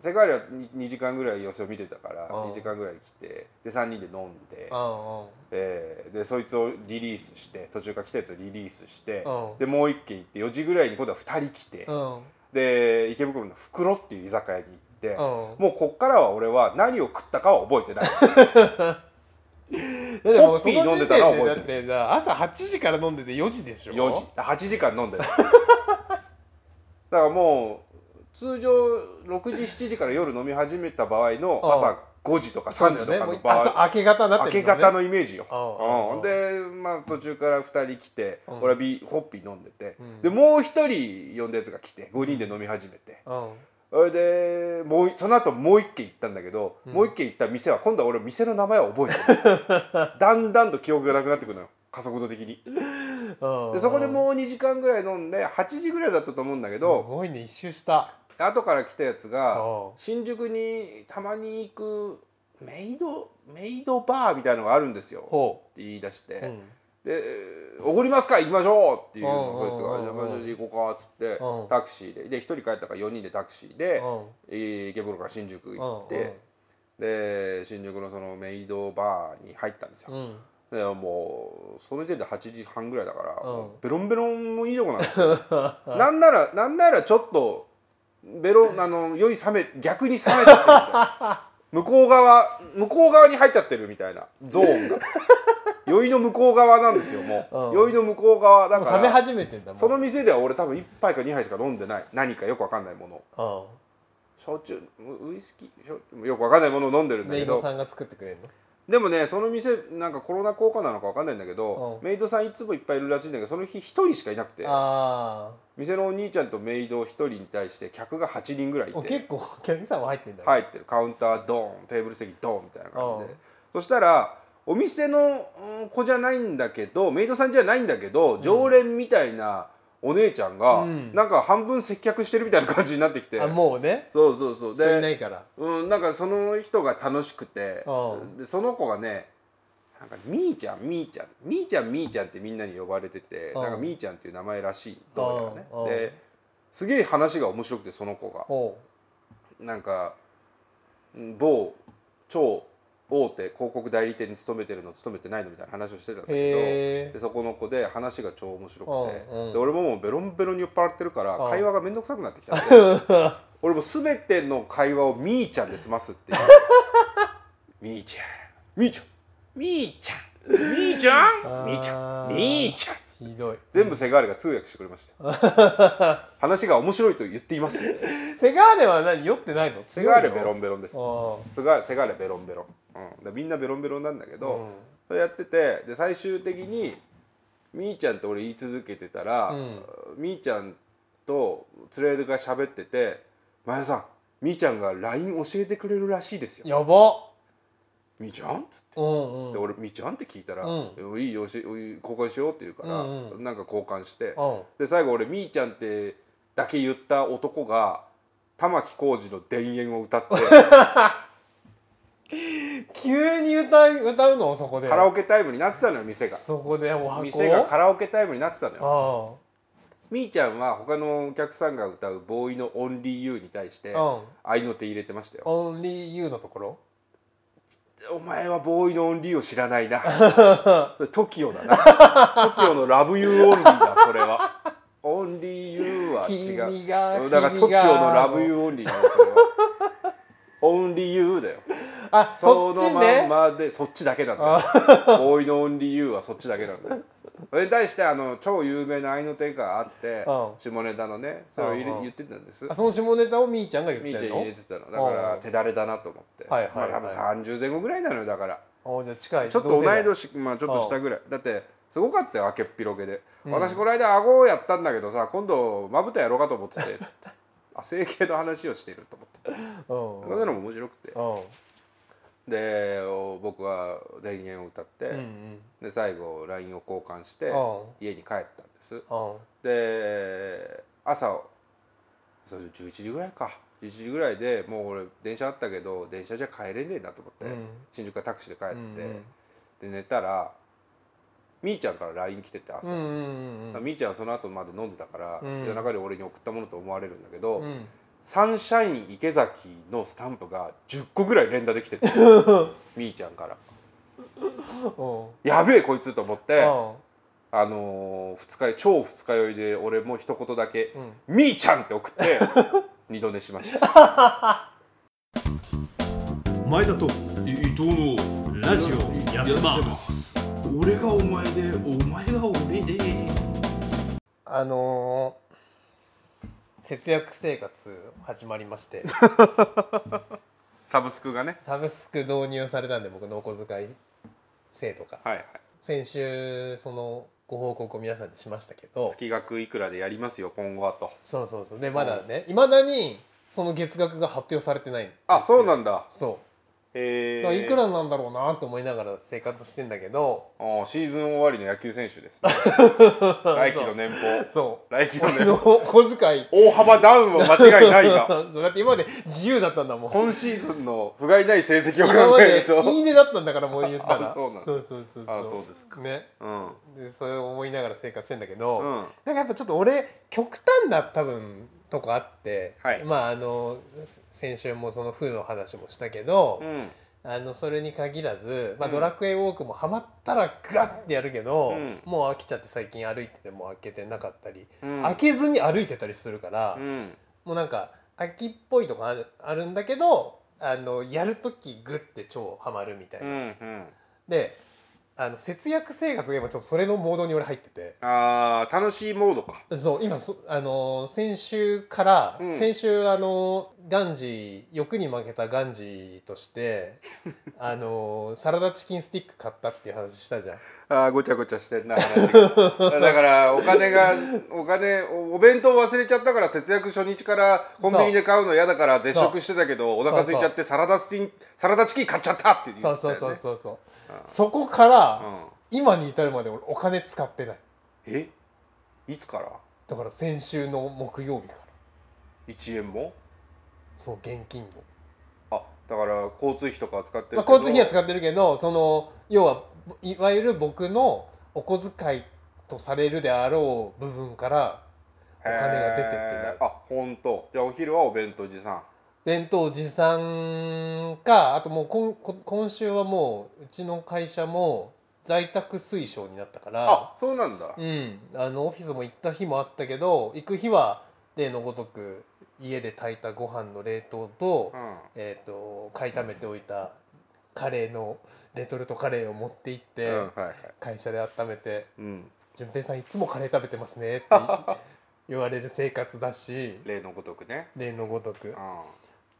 Speaker 1: セガーレは 2, 時間ぐらい様子を見てたから
Speaker 2: うん
Speaker 1: 2時間ぐらい来てで3人で飲んで、
Speaker 2: あ
Speaker 1: えーでそいつをリリースして途中から来たやつをリリースして
Speaker 2: うん
Speaker 1: でもう1軒行って4時ぐらいに今度は2人来て
Speaker 2: あうん
Speaker 1: で池袋の袋っていう居酒屋に行って
Speaker 2: ん
Speaker 1: もうこっからは俺は何を食ったかは覚えてない
Speaker 2: だってもうその
Speaker 1: コッピー飲んでた
Speaker 2: 時
Speaker 1: な覚
Speaker 2: 点
Speaker 1: えて
Speaker 2: だってさ朝8時から飲んでて4時でしょ
Speaker 1: 4時8時間 飲んでるだからもう通常6時7時から夜飲み始めた場合の
Speaker 2: うん
Speaker 1: 朝5時とか
Speaker 2: そう
Speaker 1: 3
Speaker 2: だ
Speaker 1: 時
Speaker 2: よ
Speaker 1: と
Speaker 2: ね
Speaker 1: か
Speaker 2: も
Speaker 1: の
Speaker 2: う
Speaker 1: 場合、
Speaker 2: 朝明け方になって
Speaker 1: 明
Speaker 2: る
Speaker 1: け
Speaker 2: もんね
Speaker 1: 方のイメージよ、
Speaker 2: うん
Speaker 1: うんで、まあ、途中から2人来て、
Speaker 2: うん
Speaker 1: 俺はビーホッピー飲んでて、
Speaker 2: うん
Speaker 1: でもう1人呼んだやつが来て5人で飲み始めて、それでもうその後もう1軒行ったんだけど、もう1軒行った店は今度は俺店の名前は覚え てないだんだんと記憶がなくなってくるのよ加速度的に。
Speaker 2: うん
Speaker 1: でそこで
Speaker 2: う
Speaker 1: もう2時間ぐらい飲んで8時ぐらいだったと思うんだけ
Speaker 2: す
Speaker 1: ど
Speaker 2: ごいね一周した
Speaker 1: 後から来たやつが
Speaker 2: うん
Speaker 1: 新宿にたまに行くメイドメイドバーみたいなのがあるんですよっ
Speaker 2: ほ
Speaker 1: て言い出して、
Speaker 2: ううん
Speaker 1: で「おごりますか行きましょう」っていうの
Speaker 2: うん
Speaker 1: をそいつ
Speaker 2: う
Speaker 1: が「
Speaker 2: ん
Speaker 1: じゃあ
Speaker 2: うん
Speaker 1: まず行こうか」っつって
Speaker 2: うん
Speaker 1: タクシーでで1人帰ったから4人でタクシーで
Speaker 2: うん
Speaker 1: えー池袋から新宿行っ
Speaker 2: うん
Speaker 1: てで新宿のそのメイドバーに入ったんですよ。
Speaker 2: うん
Speaker 1: でもうその時点で8時半ぐらいだから、
Speaker 2: うん
Speaker 1: もうベロンベロンもいいとこなんです よなんならなんならちょっとベロンあの酔い冷め逆に冷めちゃってるみたいな向こう側向こう側に入っちゃってるみたいなゾーンが酔いの向こう側なんですよもう、
Speaker 2: うん
Speaker 1: 酔いの向こう側だ
Speaker 2: もう
Speaker 1: か
Speaker 2: 冷め
Speaker 1: ら
Speaker 2: 始めてんだもん
Speaker 1: その店では俺多分1杯か2杯しか飲んでない何かよくわかんないもの焼酎ウイスキー焼酎よくわかんないものを飲んでる
Speaker 2: うんん
Speaker 1: だ
Speaker 2: メ
Speaker 1: け
Speaker 2: イ
Speaker 1: ど
Speaker 2: ドさんが作ってくれるの
Speaker 1: でもねその店なんかコロナ効果なのかわかんないんだけど、
Speaker 2: うん
Speaker 1: メイドさんいつもいっぱいいるらしいんだけどその日1人しかいなくて
Speaker 2: あ
Speaker 1: 店のお兄ちゃんとメイド1人に対して客が8人ぐらいい
Speaker 2: あ
Speaker 1: て
Speaker 2: 結構 お客さんも入ってんだね
Speaker 1: 入ってるカウンタードーンテーブル席ドーンみたいな感じ
Speaker 2: う
Speaker 1: で
Speaker 2: ん
Speaker 1: そしたらお店のうん子じゃないんだけどメイドさんじゃないんだけど常連みたいなお姉ちゃんが、
Speaker 2: うん
Speaker 1: なんか半分接客してるみたいな感じになってきて
Speaker 2: あもうね
Speaker 1: そうそうそう
Speaker 2: 人いないから
Speaker 1: うん、なんかその人が楽しくて
Speaker 2: うん
Speaker 1: でその子がねなんかみーちゃんみーちゃんみーちゃんみーちゃんってみんなに呼ばれてて
Speaker 2: うん
Speaker 1: なんかみーちゃんっていう名前らしいどうや
Speaker 2: う
Speaker 1: ら
Speaker 2: ん
Speaker 1: ねですげえ話が面白くてその子が
Speaker 2: ほ
Speaker 1: なんかうん某超大手広告代理店に勤めてるの勤めてないのみたいな話をしてたんだ
Speaker 2: う
Speaker 1: け
Speaker 2: へ
Speaker 1: どでそこの子で話が超面白くて
Speaker 2: うんうん
Speaker 1: で俺ももうベロンベロンに酔っ払ってるから
Speaker 2: うん
Speaker 1: 会話が面倒くさくなってきたんで
Speaker 2: え
Speaker 1: 俺も全ての会話をみーちゃんで済ますっていう みーちゃんみーちゃんみーちゃんみーちゃ
Speaker 2: あー
Speaker 1: んみーちゃんみーちゃん
Speaker 2: ひどい
Speaker 1: 全部セガールが通訳してくれました 話が面白いと言っています
Speaker 2: セガーレは何酔ってないの
Speaker 1: セガーレ
Speaker 2: 強いの
Speaker 1: ベロンベロンです
Speaker 2: あ
Speaker 1: セガーレセガーレベロンベロン、うん、だからみんなベロンベロンなんだけ
Speaker 2: あう
Speaker 1: ど、それやっててで最終的にみーちゃんと俺言い続けてたら、
Speaker 2: うん
Speaker 1: みーちゃんと連れが喋ってて「前田さんみーちゃんが LINE 教えてくれるらしいですよ
Speaker 2: ん」やば
Speaker 1: 「みーちゃん?」っつって。
Speaker 2: うん
Speaker 1: で
Speaker 2: うん
Speaker 1: 俺みーちゃんって聞いたら
Speaker 2: う
Speaker 1: 「
Speaker 2: ん
Speaker 1: いいよしおい交換しよう」って言うから、
Speaker 2: うんう
Speaker 1: なんか交換して
Speaker 2: うん
Speaker 1: で最後俺みーちゃんってだけ言った男が玉置浩二の「田園」を歌って
Speaker 2: 急に歌い歌うのそこで
Speaker 1: カラオケタイムになってたのよ店が
Speaker 2: そこでお箱
Speaker 1: 店がカラオケタイムになってたのよ
Speaker 2: うん
Speaker 1: みーちゃんは他のお客さんが歌う「ボーイのオンリーユー」に対して
Speaker 2: うん
Speaker 1: 愛の手入れてましたよ
Speaker 2: オンリーユーのところ
Speaker 1: お前はボーイのオンリーを知らない なそれ TOKIO だな TOKIO の「ラブユーオンリーだそれはオンリーユーは違う
Speaker 2: 君が
Speaker 1: だから TOKIO
Speaker 2: 君が
Speaker 1: の「ラブユーオンリーだよそれはオンリーユーだよ
Speaker 2: あそ
Speaker 1: そ
Speaker 2: っち
Speaker 1: のまん
Speaker 2: ね
Speaker 1: までそっちだけなんだよボーイのオンリーユーはそっちだけなんだよそれに対してあの超有名な愛の手があって
Speaker 2: うん
Speaker 1: 下ネタのねそれを入れ
Speaker 2: うんうん
Speaker 1: 言ってたんです
Speaker 2: あその下ネタをみーちゃんが言っ
Speaker 1: みー
Speaker 2: て
Speaker 1: ちゃ
Speaker 2: ん
Speaker 1: ん入れ
Speaker 2: の
Speaker 1: てたのだから
Speaker 2: うん
Speaker 1: 手だれだなと思って
Speaker 2: はいはいはい
Speaker 1: まあ多分30前後ぐらいなのよだから
Speaker 2: おじゃあ近い
Speaker 1: ちょっと
Speaker 2: 同
Speaker 1: 同
Speaker 2: 世代
Speaker 1: い年まあちょっと下ぐらいだってすごかったよあけっぴろげで、
Speaker 2: うん
Speaker 1: 私この間顎をやったんだけどさ今度まぶたやろうかと思ってて つってあ整形の話をしてると思って
Speaker 2: うん
Speaker 1: そんなのも面白くて
Speaker 2: うん
Speaker 1: でお僕は田園を歌って、
Speaker 2: うんうん
Speaker 1: で最後 LINE を交換して
Speaker 2: うん
Speaker 1: 家に帰ったんです
Speaker 2: うん
Speaker 1: で朝それで11時ぐらいか11時ぐらいでもう俺電車あったけど電車じゃ帰れねえなと思って、
Speaker 2: うん
Speaker 1: 新宿からタクシーで帰って、
Speaker 2: うん
Speaker 1: で寝たらみーちゃんから LINE 来てて
Speaker 2: う
Speaker 1: 朝、
Speaker 2: んうんうん
Speaker 1: みーちゃんはその後まで飲んでたから、
Speaker 2: うん
Speaker 1: 夜中に俺に送ったものと思われるんだけど、
Speaker 2: うんうん
Speaker 1: サンシャイン池崎のスタンプが10個ぐらい連打できて てみーちゃんから
Speaker 2: うん
Speaker 1: 「やべえこいつ」と思って。
Speaker 2: うん
Speaker 1: あのー二日酔い超二日酔いで俺も一言だけ
Speaker 2: うん
Speaker 1: 「みーちゃん」って送って 二度寝しました
Speaker 3: 前田と伊藤のラジオやってます俺がお前でお前が俺で
Speaker 2: あのー節約生活始まりまして
Speaker 1: サブスクがね
Speaker 2: サブスク導入されたんで僕のお小遣い制とか
Speaker 1: はいはい
Speaker 2: 先週そのご報告を皆さんにしましたけど
Speaker 1: 月額いくらでやりますよ今後はと
Speaker 2: そうそうそうでまだねいまだにその月額が発表されてないんですよ
Speaker 1: あそうなんだ
Speaker 2: そ
Speaker 1: へえ
Speaker 2: うだからいくらなんだろうなと思いながら生活してんだけど
Speaker 1: シーズン終わりの野球選手です、 ね、来期の年俸
Speaker 2: そう
Speaker 1: 来期の
Speaker 2: 俺
Speaker 1: 年
Speaker 2: の
Speaker 1: 俸
Speaker 2: お小遣い
Speaker 1: 大幅ダウンは間違いないが
Speaker 2: そうだって今まで自由だったんだもん
Speaker 1: 今シーズンの不甲斐ない成績を
Speaker 2: 今
Speaker 1: 考
Speaker 2: ま
Speaker 1: え
Speaker 2: で
Speaker 1: ると
Speaker 2: いいねだったんだからもう言ったら
Speaker 1: あそうなんだ
Speaker 2: そうそうそうそう
Speaker 1: あそうです
Speaker 2: かね
Speaker 1: うん
Speaker 2: でそれを思いながら生活してんだけど、
Speaker 1: うん
Speaker 2: なんかやっぱちょっと俺極端な多分とこあって、
Speaker 1: はい
Speaker 2: まああのせ先週もその風の話もしたけど、
Speaker 1: うん
Speaker 2: あのそれに限らず、まあ、
Speaker 1: うん
Speaker 2: ドラクエウォークもハマったらガッてやるけど、
Speaker 1: うん
Speaker 2: もう飽きちゃって最近歩いてても開けてなかったり、
Speaker 1: うん
Speaker 2: 開けずに歩いてたりするから、
Speaker 1: うん
Speaker 2: もうなんか秋っぽいとこあるあるんだけどあのやる時グッて超ハマるみたいな。
Speaker 1: うんうん
Speaker 2: であの節約生活が今ちょっとそれのモードに俺入ってて
Speaker 1: あー楽しいモードか
Speaker 2: そう今そ、あのー先週から、
Speaker 1: うん
Speaker 2: 先週、あのーガンジー欲に負けたガンジーとして あのーサラダチキンスティック買ったっていう話したじゃん
Speaker 1: あーごちゃごちゃしてんな話 がだからお金がお金おお弁当忘れちゃったから節約初日からコンビニで買うの嫌だから絶食してたけどお腹空いちゃってサラダスティンサラダチキン買っちゃったって言ってた
Speaker 2: そ
Speaker 1: よ、
Speaker 2: う
Speaker 1: ね、
Speaker 2: そうそうそうそうそこから、
Speaker 1: うん
Speaker 2: 今に至るまで俺お金使ってない
Speaker 1: えいつから
Speaker 2: だから先週の木曜日から
Speaker 1: 1円も
Speaker 2: そう現金を、
Speaker 1: あだから交通費とかは使ってるけど、
Speaker 2: まあ、交通費は使
Speaker 1: っ
Speaker 2: ってるけどその要はいわゆる僕のお小遣いとされるであろう部分からお金が出てってない
Speaker 1: あ本当じゃあお昼はお弁当持参
Speaker 2: 弁当持参かあともう今今今週はもううちの会社も在宅推奨になったから
Speaker 1: あそうなんだ、
Speaker 2: うんあのオフィスも行った日もあったけど行く日は例のごとく家で炊いたご飯の冷凍と,、
Speaker 1: うん
Speaker 2: えー、と買いためておいたカレーのレトルトカレーを持って行って、
Speaker 1: うんはいはい
Speaker 2: 会社で温めて
Speaker 1: うん、
Speaker 2: 「淳平さんいつもカレー食べてますね」って言われる生活だし
Speaker 1: 例のごとくね
Speaker 2: 例のごとく
Speaker 1: う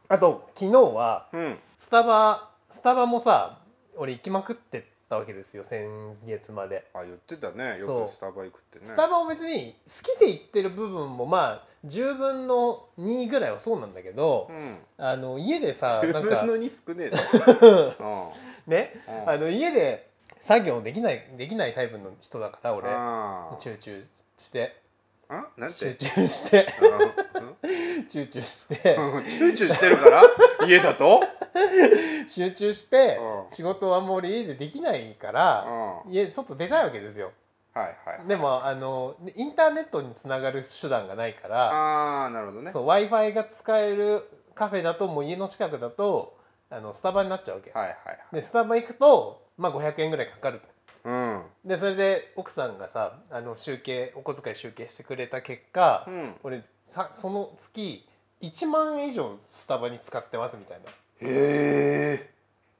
Speaker 2: あと昨日は
Speaker 1: ん、うん、
Speaker 2: スタバスタバもさ俺行きまくってったわけですよ先月まで。
Speaker 1: あ言ってたね
Speaker 2: そ
Speaker 1: よ
Speaker 2: う
Speaker 1: くスタバ行くってね
Speaker 2: スタバも別に好きで行ってる部分もまあ10分の2ぐらいはそうなんだけど
Speaker 1: う、ん
Speaker 2: あの家でさな
Speaker 1: 10
Speaker 2: んか
Speaker 1: 分の2少 ねえな
Speaker 2: ね、
Speaker 1: うん
Speaker 2: あの家で作業できないできないタイプの人だから俺
Speaker 1: あー
Speaker 2: 集中して
Speaker 1: あなん
Speaker 2: 集
Speaker 1: て
Speaker 2: 中して
Speaker 1: あ
Speaker 2: 集中して
Speaker 1: うんチューチューしてるから家だと
Speaker 2: 集中して
Speaker 1: うん
Speaker 2: 仕事はもう俺家でできないから
Speaker 1: うん
Speaker 2: 家外出たいわけですよ
Speaker 1: はいはい
Speaker 2: でもあのインターネットにつながる手段がないから
Speaker 1: ああなるほどね
Speaker 2: w i f i が使えるカフェだともう家の近くだとあのスタバになっちゃうわけ
Speaker 1: はいはいはい
Speaker 2: でスタバ行くと、まあ、500円ぐらいかかると
Speaker 1: うん
Speaker 2: でそれで奥さんがさあの集計お小遣い集計してくれた結果、
Speaker 1: うん
Speaker 2: 俺さその月1万円以上スタバに使ってますみたいなっ
Speaker 1: へえ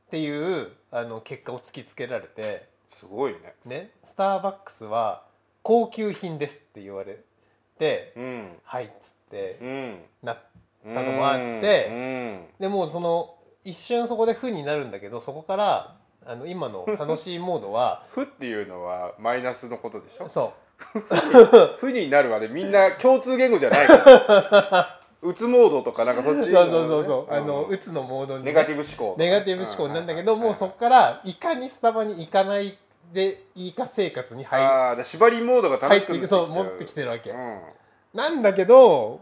Speaker 2: ていうあの結果を突きつけられて
Speaker 1: すごいね
Speaker 2: ねスターバックスは高級品ですって言われて、
Speaker 1: うん
Speaker 2: はいっつって
Speaker 1: うん
Speaker 2: なったのもあって
Speaker 1: うん
Speaker 2: でもうその一瞬そこで負になるんだけどそこからあの今の楽しいモー ドは
Speaker 1: 負っていうのはマイナスのことでしょ
Speaker 2: そ
Speaker 1: 負になるはねみんな共通言語じゃないから うつモードとかなんかそっち
Speaker 2: う
Speaker 1: のね
Speaker 2: そうそうそうそうあ
Speaker 1: ん
Speaker 2: の鬱のモードにね
Speaker 1: ネガティブ思考とか
Speaker 2: ネガティブ思考になるんだけど、
Speaker 1: う
Speaker 2: もうそ
Speaker 1: っ
Speaker 2: こからいかにスタバに行かないでいいか生活に
Speaker 1: あ
Speaker 2: 入
Speaker 1: あだから縛りモードが
Speaker 2: 入
Speaker 1: 楽
Speaker 2: っ
Speaker 1: しく
Speaker 2: て
Speaker 1: なってきちゃ
Speaker 2: いくそうう持ってきてるわけ、
Speaker 1: うん
Speaker 2: なんだけど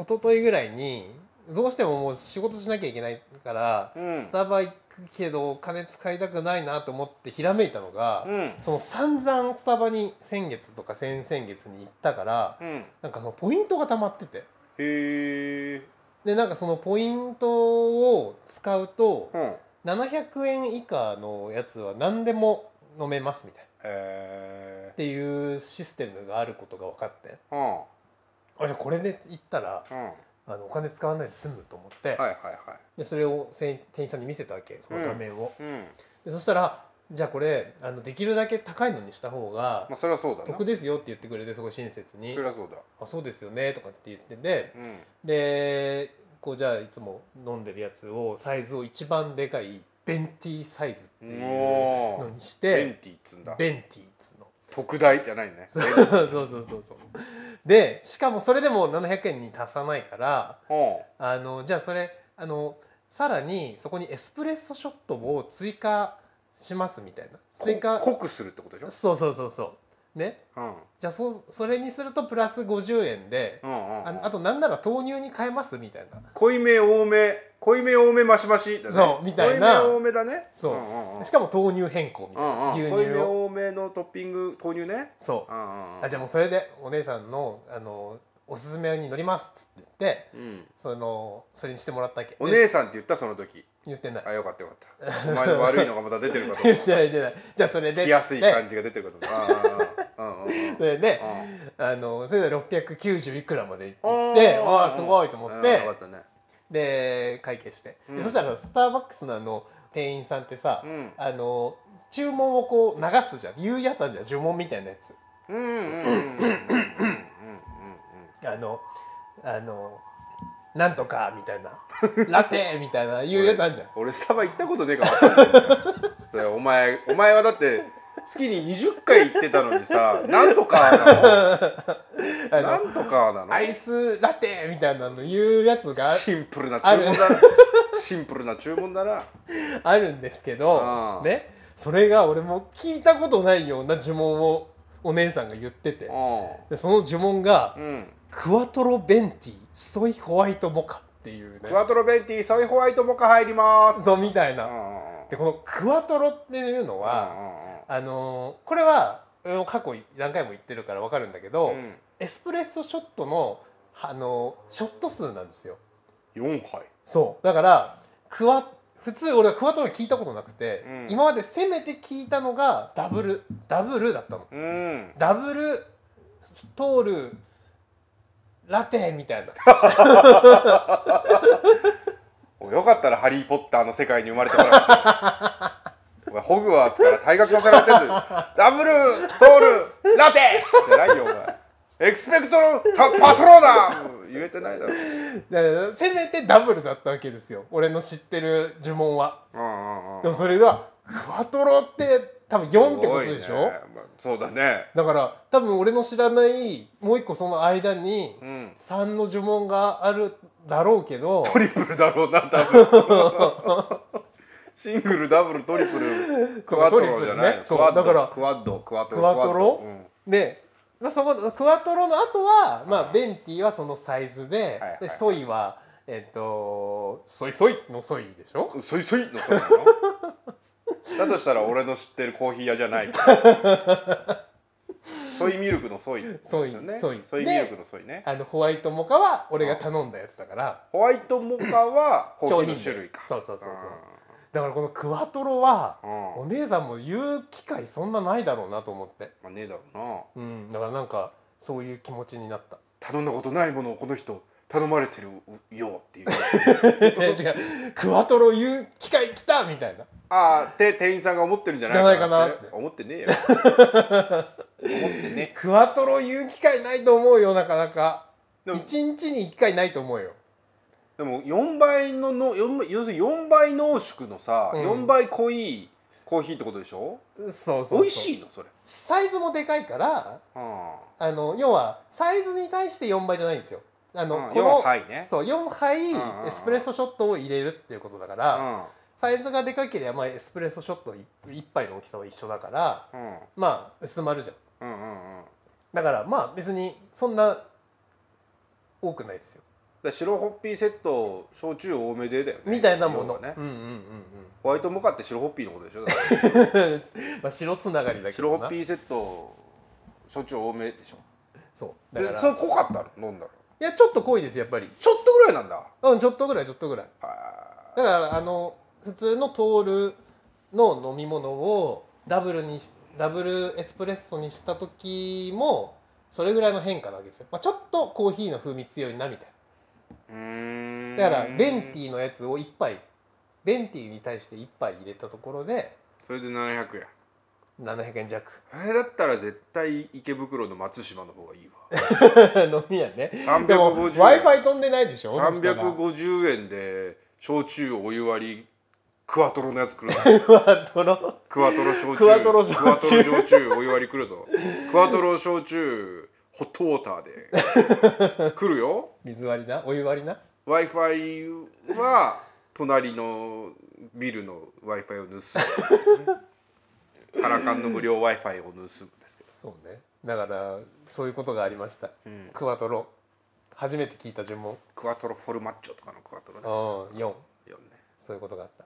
Speaker 2: 一昨日ぐらいにどうしてももう仕事しなきゃいけないから、
Speaker 1: うん
Speaker 2: スタバ行くけどお金使いたくないなと思ってひらめいたのが、
Speaker 1: うん
Speaker 2: その散々スタバに先月とか先々月に行ったから、
Speaker 1: うん
Speaker 2: なんかそのポイントが溜まってて。
Speaker 1: へえ
Speaker 2: でなんかそのポイントを使うと、
Speaker 1: うんへ
Speaker 2: 700円以下のやつは何でも飲めますみたいな
Speaker 1: え
Speaker 2: っていうシステムがあることが分かって
Speaker 1: うんうんは
Speaker 2: あじゃあこれで行ったら
Speaker 1: い
Speaker 2: あのお金使わないで済むと思って、
Speaker 1: はいは
Speaker 2: でそれを店員店員さんに見せたわけその画面を、
Speaker 1: いうん
Speaker 2: でそしたらじゃあこれあのできるだけ高いのにした方が
Speaker 1: まあそれはそうだな
Speaker 2: 得ですよって言ってくれてすごい親切に
Speaker 1: それはそうだ
Speaker 2: 「あそうですよね」とかって言ってて
Speaker 1: うん
Speaker 2: でこうじゃあいつも飲んでるやつをサイズを一番でかいベンティーサイズっていう
Speaker 1: お
Speaker 2: の
Speaker 1: ー
Speaker 2: にし
Speaker 1: ベン
Speaker 2: て
Speaker 1: ティっつうんだ
Speaker 2: ベンティーっつうの。
Speaker 1: 特大じゃないね
Speaker 2: そうそうそうそうそうでしかもそれでも700円に足さないから
Speaker 1: うん
Speaker 2: あのじゃあそれあのさらにそこにエスプレッソショットを追加しますみたいな追加
Speaker 1: こ濃くするってことでし
Speaker 2: そうそうそうそうね
Speaker 1: ょうん
Speaker 2: じゃあそそれにするとプラス50円で、
Speaker 1: うんうんうん
Speaker 2: あのあとなんなら豆乳に変えますみたいな
Speaker 1: 濃いめ多め濃いめ多めマシマシだね
Speaker 2: そうみたいな
Speaker 1: 濃いめ多めだね
Speaker 2: そうん
Speaker 1: んうん
Speaker 2: しかも豆乳変更みたいな、
Speaker 1: うんうん、濃い
Speaker 2: 牛乳
Speaker 1: め
Speaker 2: を
Speaker 1: 多めのトッピング豆乳ね
Speaker 2: そう
Speaker 1: うんうんうん
Speaker 2: あじゃあもうそれでお姉さんのあのおすすめに乗りますっつって言って
Speaker 1: うん
Speaker 2: そのそれにしてもらったっけ
Speaker 1: お
Speaker 2: で
Speaker 1: 姉さんって言ったその時
Speaker 2: 言ってない
Speaker 1: あよかったよかったお前の悪いのがまた出てる かと思
Speaker 2: 言
Speaker 1: っ
Speaker 2: ってない言ってないじゃあそれで
Speaker 1: た来やすい感
Speaker 2: じ
Speaker 1: じが出てるかと思ったあーうんうんうん
Speaker 2: それで
Speaker 1: う
Speaker 2: あのそれで690いくらまで行
Speaker 1: ん
Speaker 2: って
Speaker 1: うん
Speaker 2: わあすごいと思っ
Speaker 1: うん
Speaker 2: て
Speaker 1: よかったね
Speaker 2: で会計して、で
Speaker 1: うん
Speaker 2: そしたらスターバックスのあの店員さんってさ、
Speaker 1: うん
Speaker 2: あの注文をこう流すじゃん言うやつあるじゃん呪文みたいなやつ
Speaker 1: うんうんうんうんうんうん
Speaker 2: あのあのなんとかみたいな ラテみたいな言うやつあるじゃん
Speaker 1: 俺スタバ行ったことねえから分かんないんだよそれお前お前はだって月に20回行ってたのにさなんとかなの
Speaker 2: あの
Speaker 1: なんとかなの
Speaker 2: アイスラテみたいなの言うやつが
Speaker 1: シンプルな注文だな シンプルな注文だな
Speaker 2: あるんですけ
Speaker 1: あ
Speaker 2: ど
Speaker 1: あ、
Speaker 2: ね、それが俺も聞いたことないような呪文をお姉さんが言ってて
Speaker 1: う
Speaker 2: でその呪文が
Speaker 1: ん、うん、
Speaker 2: 「クワトロベンティソイホワイトモカ」っていうね
Speaker 1: クワトロベンティーソイホワイトモカ入ります
Speaker 2: そうみたいな、
Speaker 1: うんうんうん
Speaker 2: でこの「クワトロ」っていうのは、あのーこれはうん過去何回も言ってるから分かるんだけ
Speaker 1: う
Speaker 2: ど、
Speaker 1: んうんうん
Speaker 2: エスプレッソショットの、あのーショット数なんですよ
Speaker 1: 4杯
Speaker 2: そうだからクワ普通俺はクワトロ聞いたことなくて、
Speaker 1: うん
Speaker 2: 今までせめて聞いたのがダブルダブルだったの
Speaker 1: うん
Speaker 2: ダブルトールラテみたいな
Speaker 1: およかったら「ハリー・ポッター」の世界に生まれてもらうお前ホグワーツから退学させられてるダブルトールラテじゃないよお前エクスペクトロタパトローナー言えてないだろ
Speaker 2: だからせめてダブルだったわけですよ俺の知ってる呪文は
Speaker 1: うんうんうん
Speaker 2: でもそれがクワトロって多分4ってことでし
Speaker 1: す
Speaker 2: ょ、
Speaker 1: ごいねまあそうだね
Speaker 2: だから多分俺の知らないもう一個その間に
Speaker 1: うん
Speaker 2: 3の呪文があるだろうけど
Speaker 1: トリプルだろうな多分シングルダブルトリプルクワットロじゃないの
Speaker 2: そう
Speaker 1: クワッド
Speaker 2: だから
Speaker 1: クワッドクワッド
Speaker 2: クワトロ
Speaker 1: クワッド
Speaker 2: で、まあ、そこクワトロの後はまあベンティはそのサイズで,、
Speaker 1: はいはい
Speaker 2: でソイはえっとソイソイのソイでしょ
Speaker 1: うんそいそいのそうなのだとしたら俺の知ってるコーヒー屋じゃないソイミルクのソイ
Speaker 2: ソイ
Speaker 1: ですよね
Speaker 2: ソイ
Speaker 1: ソイミルクのソイね
Speaker 2: あのホワイトモカは俺が頼んだやつだから
Speaker 1: ホワイトモカはコーヒーの
Speaker 2: 商品名
Speaker 1: 種類か
Speaker 2: そうそうそうそうだからこのクワトロは
Speaker 1: うん
Speaker 2: お姉さんも言う機会そんなないだろうなと思って、
Speaker 1: まあねえだろうな
Speaker 2: うん、だからなんかそういう気持ちになった。
Speaker 1: 頼んだことないものをこの人頼まれてるよっていう
Speaker 2: え違うクワトロ言う機会来たみたいな
Speaker 1: ああって店員さんが思ってるんじゃないかなって
Speaker 2: じゃないかなって
Speaker 1: 思ってねえよ思ってね
Speaker 2: クワトロ言う機会ないと思うよなかなか
Speaker 1: でも
Speaker 2: 一日に一回ないと思うよ
Speaker 1: でも4倍のの四倍要するに4倍濃縮のさ、
Speaker 2: うん
Speaker 1: 4倍濃いコーヒーってことでしょ
Speaker 2: そうそうそう
Speaker 1: 美味しいのそれ、
Speaker 2: サイズもでかいから
Speaker 1: うん
Speaker 2: あの要はサイズに対して4倍じゃないんですよあの、
Speaker 1: うん、
Speaker 2: こ
Speaker 1: 4
Speaker 2: の
Speaker 1: 杯ね
Speaker 2: そう4杯
Speaker 1: うんうんうん
Speaker 2: エスプレッソショットを入れるっていうことだから、サイズがでかければ、まあ、エスプレッソショット 1, 杯の大きさは一緒だから
Speaker 1: うんうん
Speaker 2: まあ薄まるじゃん
Speaker 1: うんうんうんだか
Speaker 2: だからまあ別にそんな多くないですよ
Speaker 1: ら白ホッピーセット焼酎多めでだよね
Speaker 2: みたいなも
Speaker 1: 要
Speaker 2: の、
Speaker 1: はね
Speaker 2: うんうんうんうん
Speaker 1: ホワイトモカって白ホッピーのことでしょだから
Speaker 2: まあ白つながりだけ
Speaker 1: 白
Speaker 2: ど
Speaker 1: ホ
Speaker 2: な
Speaker 1: ッピーセット焼酎多めでしょ
Speaker 2: そうだか
Speaker 1: で
Speaker 2: ら
Speaker 1: それ濃かったの飲んだら
Speaker 2: いやちょっと濃いですやっぱり
Speaker 1: ちょっとぐらいなんだ
Speaker 2: うんちょっとぐらいちょっとぐらい
Speaker 1: あ
Speaker 2: だからあの普通のトールの飲み物をダブルにしダブルエスプレッソにした時もそれぐらいの変化なわけですよ、まあ、ちょっとコーヒーの風味強いなみたい
Speaker 1: ーうーん
Speaker 2: なだからベンティーのやつを1杯ベンティーに対して1杯入れたところで
Speaker 1: それで700円
Speaker 2: 700円弱
Speaker 1: あれだったら絶対池袋の松島の方がいいわ
Speaker 2: 飲み屋ね でも w
Speaker 1: 350
Speaker 2: i f i 飛んでないでしょそしたら
Speaker 1: 350円で焼酎お湯割りクワトロのやつ来る
Speaker 2: クワ トロ
Speaker 1: クワトロ焼酎
Speaker 2: クワトロ焼酎
Speaker 1: クワトロ焼酎お湯割り来る ぞクワトロ焼酎ホットウォーターで来るよ
Speaker 2: 水割りなお湯割りな
Speaker 1: w i f i は隣のビルの w i f i を盗む、カラカンの無料 w i f i を盗むんですけど
Speaker 2: そうねだからそういうことがありました、
Speaker 1: ん
Speaker 2: クワトロ初めて聞いた呪文
Speaker 1: クワトロフォルマッチョとかのクワトロね
Speaker 2: うん4
Speaker 1: よね
Speaker 2: そういうことがあった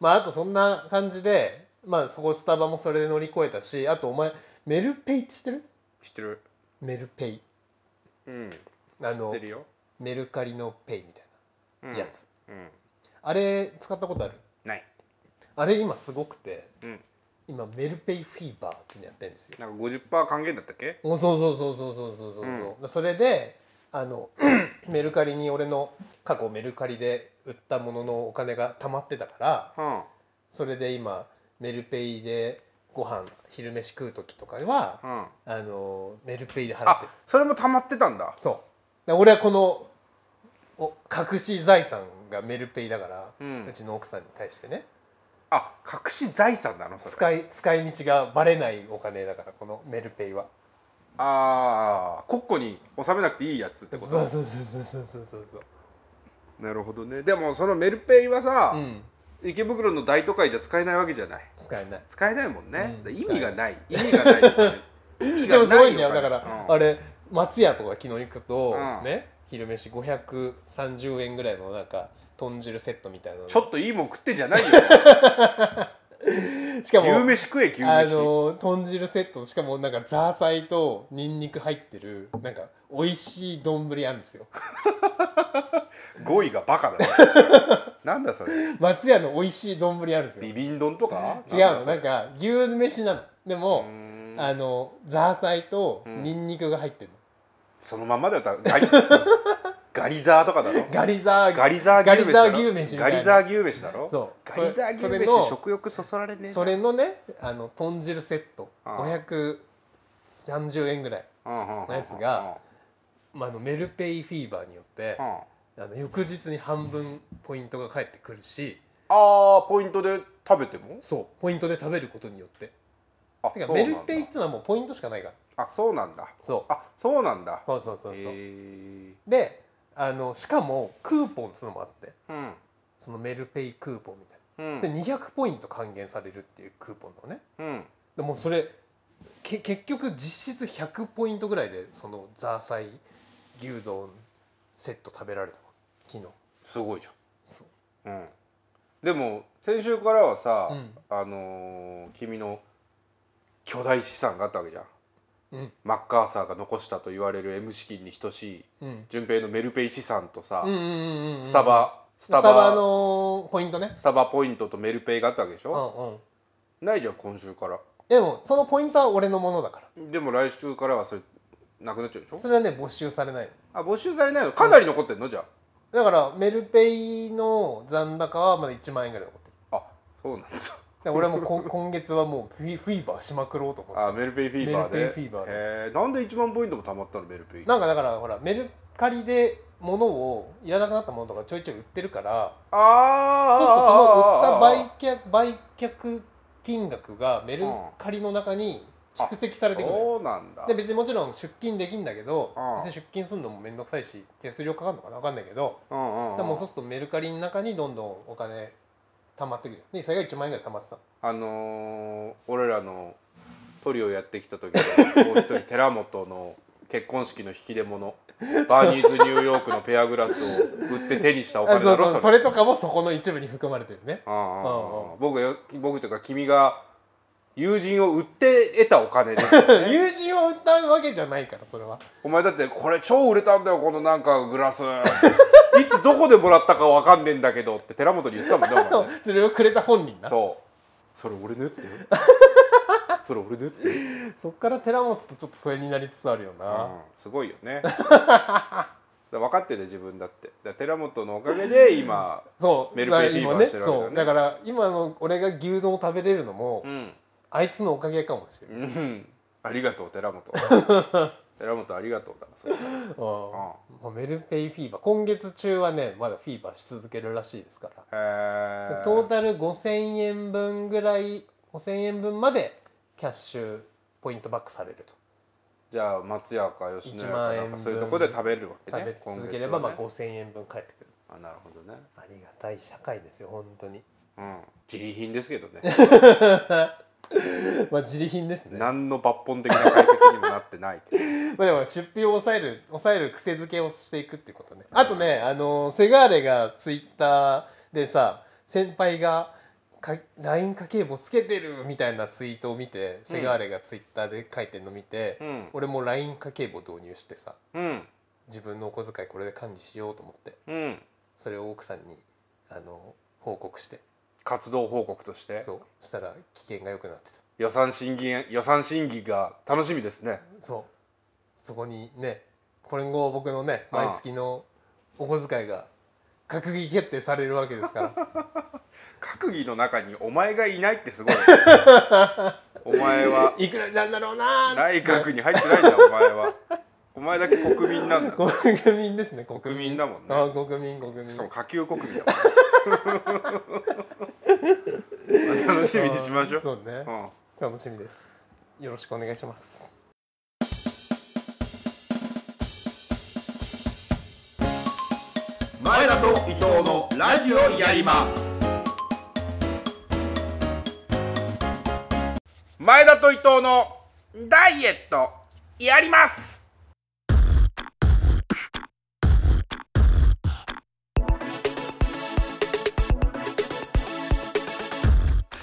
Speaker 2: まああとそんな感じでまあそこスタバもそれで乗り越えたしあとお前メルペイって知ってる
Speaker 1: 知ってる
Speaker 2: メルペイ
Speaker 1: うん
Speaker 2: あ
Speaker 1: 知っ
Speaker 2: の
Speaker 1: てるよ、
Speaker 2: メルカリのペイみたいなやつ、
Speaker 1: うん、
Speaker 2: あれ使ったことある
Speaker 1: ない
Speaker 2: あれ今すごくて
Speaker 1: うん
Speaker 2: 今メルペイフィーバーっていうのやってるんですよ
Speaker 1: なんか50%還元だったっけ
Speaker 2: おそうそうそうそうそうそうそうそう、それであの メルカリに俺の過去メルカリで売ったもののお金が貯まってたから
Speaker 1: うん
Speaker 2: それで今メルペイでご飯昼飯食う時とかは、
Speaker 1: うん
Speaker 2: あのメルペイで払って
Speaker 1: あ
Speaker 2: る
Speaker 1: それも溜まってたんだ
Speaker 2: そうだから俺はこのお隠し財産がメルペイだから、
Speaker 1: う
Speaker 2: うんちの奥さんに対してね
Speaker 1: あ隠し財産なのそれ
Speaker 2: 使い使い道がバレないお金だからこのメルペイは
Speaker 1: ああ国庫に収めなくていいやつってこと
Speaker 2: そうそうそうそうそうそうそう
Speaker 1: なるほどねでもそのメルペイはさ、
Speaker 2: うん
Speaker 1: 池袋の大都会じゃ使えないわけじゃない
Speaker 2: 使えない
Speaker 1: 使えないもんね、
Speaker 2: うん
Speaker 1: だから意味がない意味がないよ ね意味がない
Speaker 2: でもすごいんだよ
Speaker 1: お
Speaker 2: だ
Speaker 1: 金
Speaker 2: から、
Speaker 1: うん
Speaker 2: あれ松屋とか昨日行くと、
Speaker 1: うん
Speaker 2: ね昼飯530円ぐらいのなんか豚汁セットみたいなの
Speaker 1: ちょっといいもん食ってんじゃ ないよ
Speaker 2: しかも
Speaker 1: 牛飯食え牛飯、
Speaker 2: あの豚汁セットしかもなんかザーサイとニンニク入ってるなんか美味しい丼あるんですよ
Speaker 1: 語彙がバカだななんだそれ
Speaker 2: 松屋の美味しい丼あるんですよ
Speaker 1: ビビン丼とか
Speaker 2: 違うのなんか牛飯なのでもあのザーサイとニンニクが入ってるの、
Speaker 1: そのまんまだったらガ リガリザーとかだろ
Speaker 2: ガリザー
Speaker 1: ガリザー
Speaker 2: ガリザー
Speaker 1: 牛
Speaker 2: 牛
Speaker 1: 飯
Speaker 2: 飯
Speaker 1: だろガ
Speaker 2: みたいな
Speaker 1: リザー牛飯だろ
Speaker 2: そう
Speaker 1: ガリザー牛
Speaker 2: それ
Speaker 1: 飯
Speaker 2: それの
Speaker 1: 食欲そそられねえな
Speaker 2: それのねあの豚汁セット
Speaker 1: ああ
Speaker 2: 530円ぐらい、
Speaker 1: うんうんうんうん
Speaker 2: やつがまあ、あのメルペイフィーバーによって
Speaker 1: うんあ
Speaker 2: あの翌日に半分ポイントが返ってくるし
Speaker 1: あポイントで食べても
Speaker 2: そうポイントで食べることによって
Speaker 1: あ
Speaker 2: てか
Speaker 1: そう
Speaker 2: メ
Speaker 1: なんだ
Speaker 2: ルペイっつうのはもうポイントしかないから
Speaker 1: あそうなんだ
Speaker 2: そう
Speaker 1: あそうなんだ
Speaker 2: そうそうそうそう、
Speaker 1: へ
Speaker 2: であのしかもクーポンっつうのもあって
Speaker 1: えうん
Speaker 2: そのメルペイクーポンみたい
Speaker 1: うん
Speaker 2: な、で200ポイント還元されるっていうクーポンのね
Speaker 1: うん
Speaker 2: でもうそれけ結局実質100ポイントぐらいでそのザーサイ牛丼セット食べられたわ昨日
Speaker 1: すごいじ
Speaker 2: そう
Speaker 1: ゃんうんでも先週からはさ、
Speaker 2: うん
Speaker 1: あのー君の巨大資産があったわけじゃん
Speaker 2: うん
Speaker 1: マッカーサーが残したと言われる M 資金に等しい
Speaker 2: うん
Speaker 1: 順平のメルペイ資産とさ、
Speaker 2: うんうんうんうん
Speaker 1: スタバス
Speaker 2: スタ
Speaker 1: タバ
Speaker 2: バのポイントね
Speaker 1: スタバポイントとメルペイがあったわけでし
Speaker 2: う
Speaker 1: ょ、
Speaker 2: んうん
Speaker 1: ないじゃん今週から
Speaker 2: でもそのポイントは俺のものだから
Speaker 1: でも来週からはそれなくなっちゃうでしょ
Speaker 2: それはね募集されないの
Speaker 1: あ募集されないのかなり残ってんのじゃ
Speaker 2: だからメルペイの残高はまだ1万円ぐらい残ってる
Speaker 1: ああそうなんです
Speaker 2: だから俺はもう こ今月はもうフィフィーバーしまくろうと思って
Speaker 1: あメルペイフィーバーで
Speaker 2: メルペイフィーバーで
Speaker 1: へえなんで1万ポイントも貯まったのメルペイ
Speaker 2: なんかだからほらメルカリで物をいらなくなったものとかちょいちょい売ってるから
Speaker 1: ああ
Speaker 2: そうするとその売っ
Speaker 1: あ
Speaker 2: た売却売却金額がメルカリの中に蓄積されてくるのよ
Speaker 1: そうなんだ
Speaker 2: で別にもちろん出勤できんだけど
Speaker 1: うん
Speaker 2: 別に出勤するのも面倒くさいし手数料かかるのかな分かんないけど
Speaker 1: うんうんうん
Speaker 2: でもそうするとメルカリの中にどんどんお金貯まってくるじゃんでそれが1万円ぐらい貯まってたの
Speaker 1: あのー俺らのトリオやってきた時のもう一人寺本の結婚式の引き出物バーニーズニューヨークのペアグラスを売って手にしたお
Speaker 2: あ
Speaker 1: 金
Speaker 2: そ
Speaker 1: だ
Speaker 2: う
Speaker 1: ろ
Speaker 2: そうそれとかもそこの一部に含まれてるね
Speaker 1: うんうんうん
Speaker 2: うんう
Speaker 1: 僕がよ僕というか君が友人を売って得たお金 ですよね
Speaker 2: 友人を歌うわけじゃないからそれは
Speaker 1: お前だってこれ超売れたんだよこのなんかグラス いつどこでもらったかわかんねえんだけどって寺本に言ってたもんね お前ね
Speaker 2: それをくれた本人な
Speaker 1: そうそれ俺のやつだ よそれ俺のやつだよ
Speaker 2: そっから寺本とちょっと疎遠になりつつあるよ
Speaker 1: う、
Speaker 2: なん
Speaker 1: すごいよねだから分かってる自分だってだから寺本のおかげ で今
Speaker 2: そう
Speaker 1: メルペイフィーバー
Speaker 2: だから今
Speaker 1: してるわけだね
Speaker 2: そうだから今の俺が牛丼を食べれるのも
Speaker 1: うん、
Speaker 2: あいつのおかげかもしれない
Speaker 1: うん、ありがとう寺 本寺本ありがとうだなそれ
Speaker 2: うんもうメルペイフィーバー今月中はねまだフィーバーし続けるらしいですから
Speaker 1: へえ
Speaker 2: トータル5000円分ぐらい5000円分までキャッシュポイントバックされると
Speaker 1: じゃあ松屋か吉野家かなん
Speaker 2: 1万円
Speaker 1: か
Speaker 2: 分
Speaker 1: そういうとこで食べるわけ
Speaker 2: 食
Speaker 1: ね
Speaker 2: べ続ければまあ
Speaker 1: 今月はね
Speaker 2: 5000円分返ってくる
Speaker 1: あなるほどね
Speaker 2: ありがたい社会ですよ本当に
Speaker 1: うん自利品ですけどね
Speaker 2: まあ自利品ですね
Speaker 1: 何の抜本的な解決にもなってないけど
Speaker 2: まあでも出費を抑える抑える癖づけをしていくっていうことねあとねあのセガーレがツイッターでさ先輩がか LINE 家計簿つけてるみたいなツイートを見て、セガーレがツイッターで書いてるの見て、
Speaker 1: うん
Speaker 2: 俺も LINE 家計簿導入してさ
Speaker 1: うん
Speaker 2: 自分のお小遣いこれで管理しようと思って
Speaker 1: うん
Speaker 2: それを奥さんにあの報告して
Speaker 1: 活動報告として
Speaker 2: そうしたら機嫌が良くなってた
Speaker 1: 予算審議予算審議が楽しみですね
Speaker 2: そうそこにね今後僕のね毎月のお小遣いが閣議決定されるわけですから
Speaker 1: 閣議の中にお前がいないってす ごいお前はい
Speaker 2: くらになるんだろうなーっつ
Speaker 1: 内
Speaker 2: って
Speaker 1: 閣に入ってないんだお前はお前だけ国民なんだ
Speaker 2: 国民ですね国
Speaker 1: 国
Speaker 2: 民
Speaker 1: 民だもんね
Speaker 2: あ国民国民
Speaker 1: しかも下級国民だもんねまあ楽しみにしましょう
Speaker 2: そうね
Speaker 1: う、ん、
Speaker 2: 楽しみですよろしくお願いします
Speaker 3: 前田と伊藤のラジオやります
Speaker 1: 前田と伊藤のダイエットやります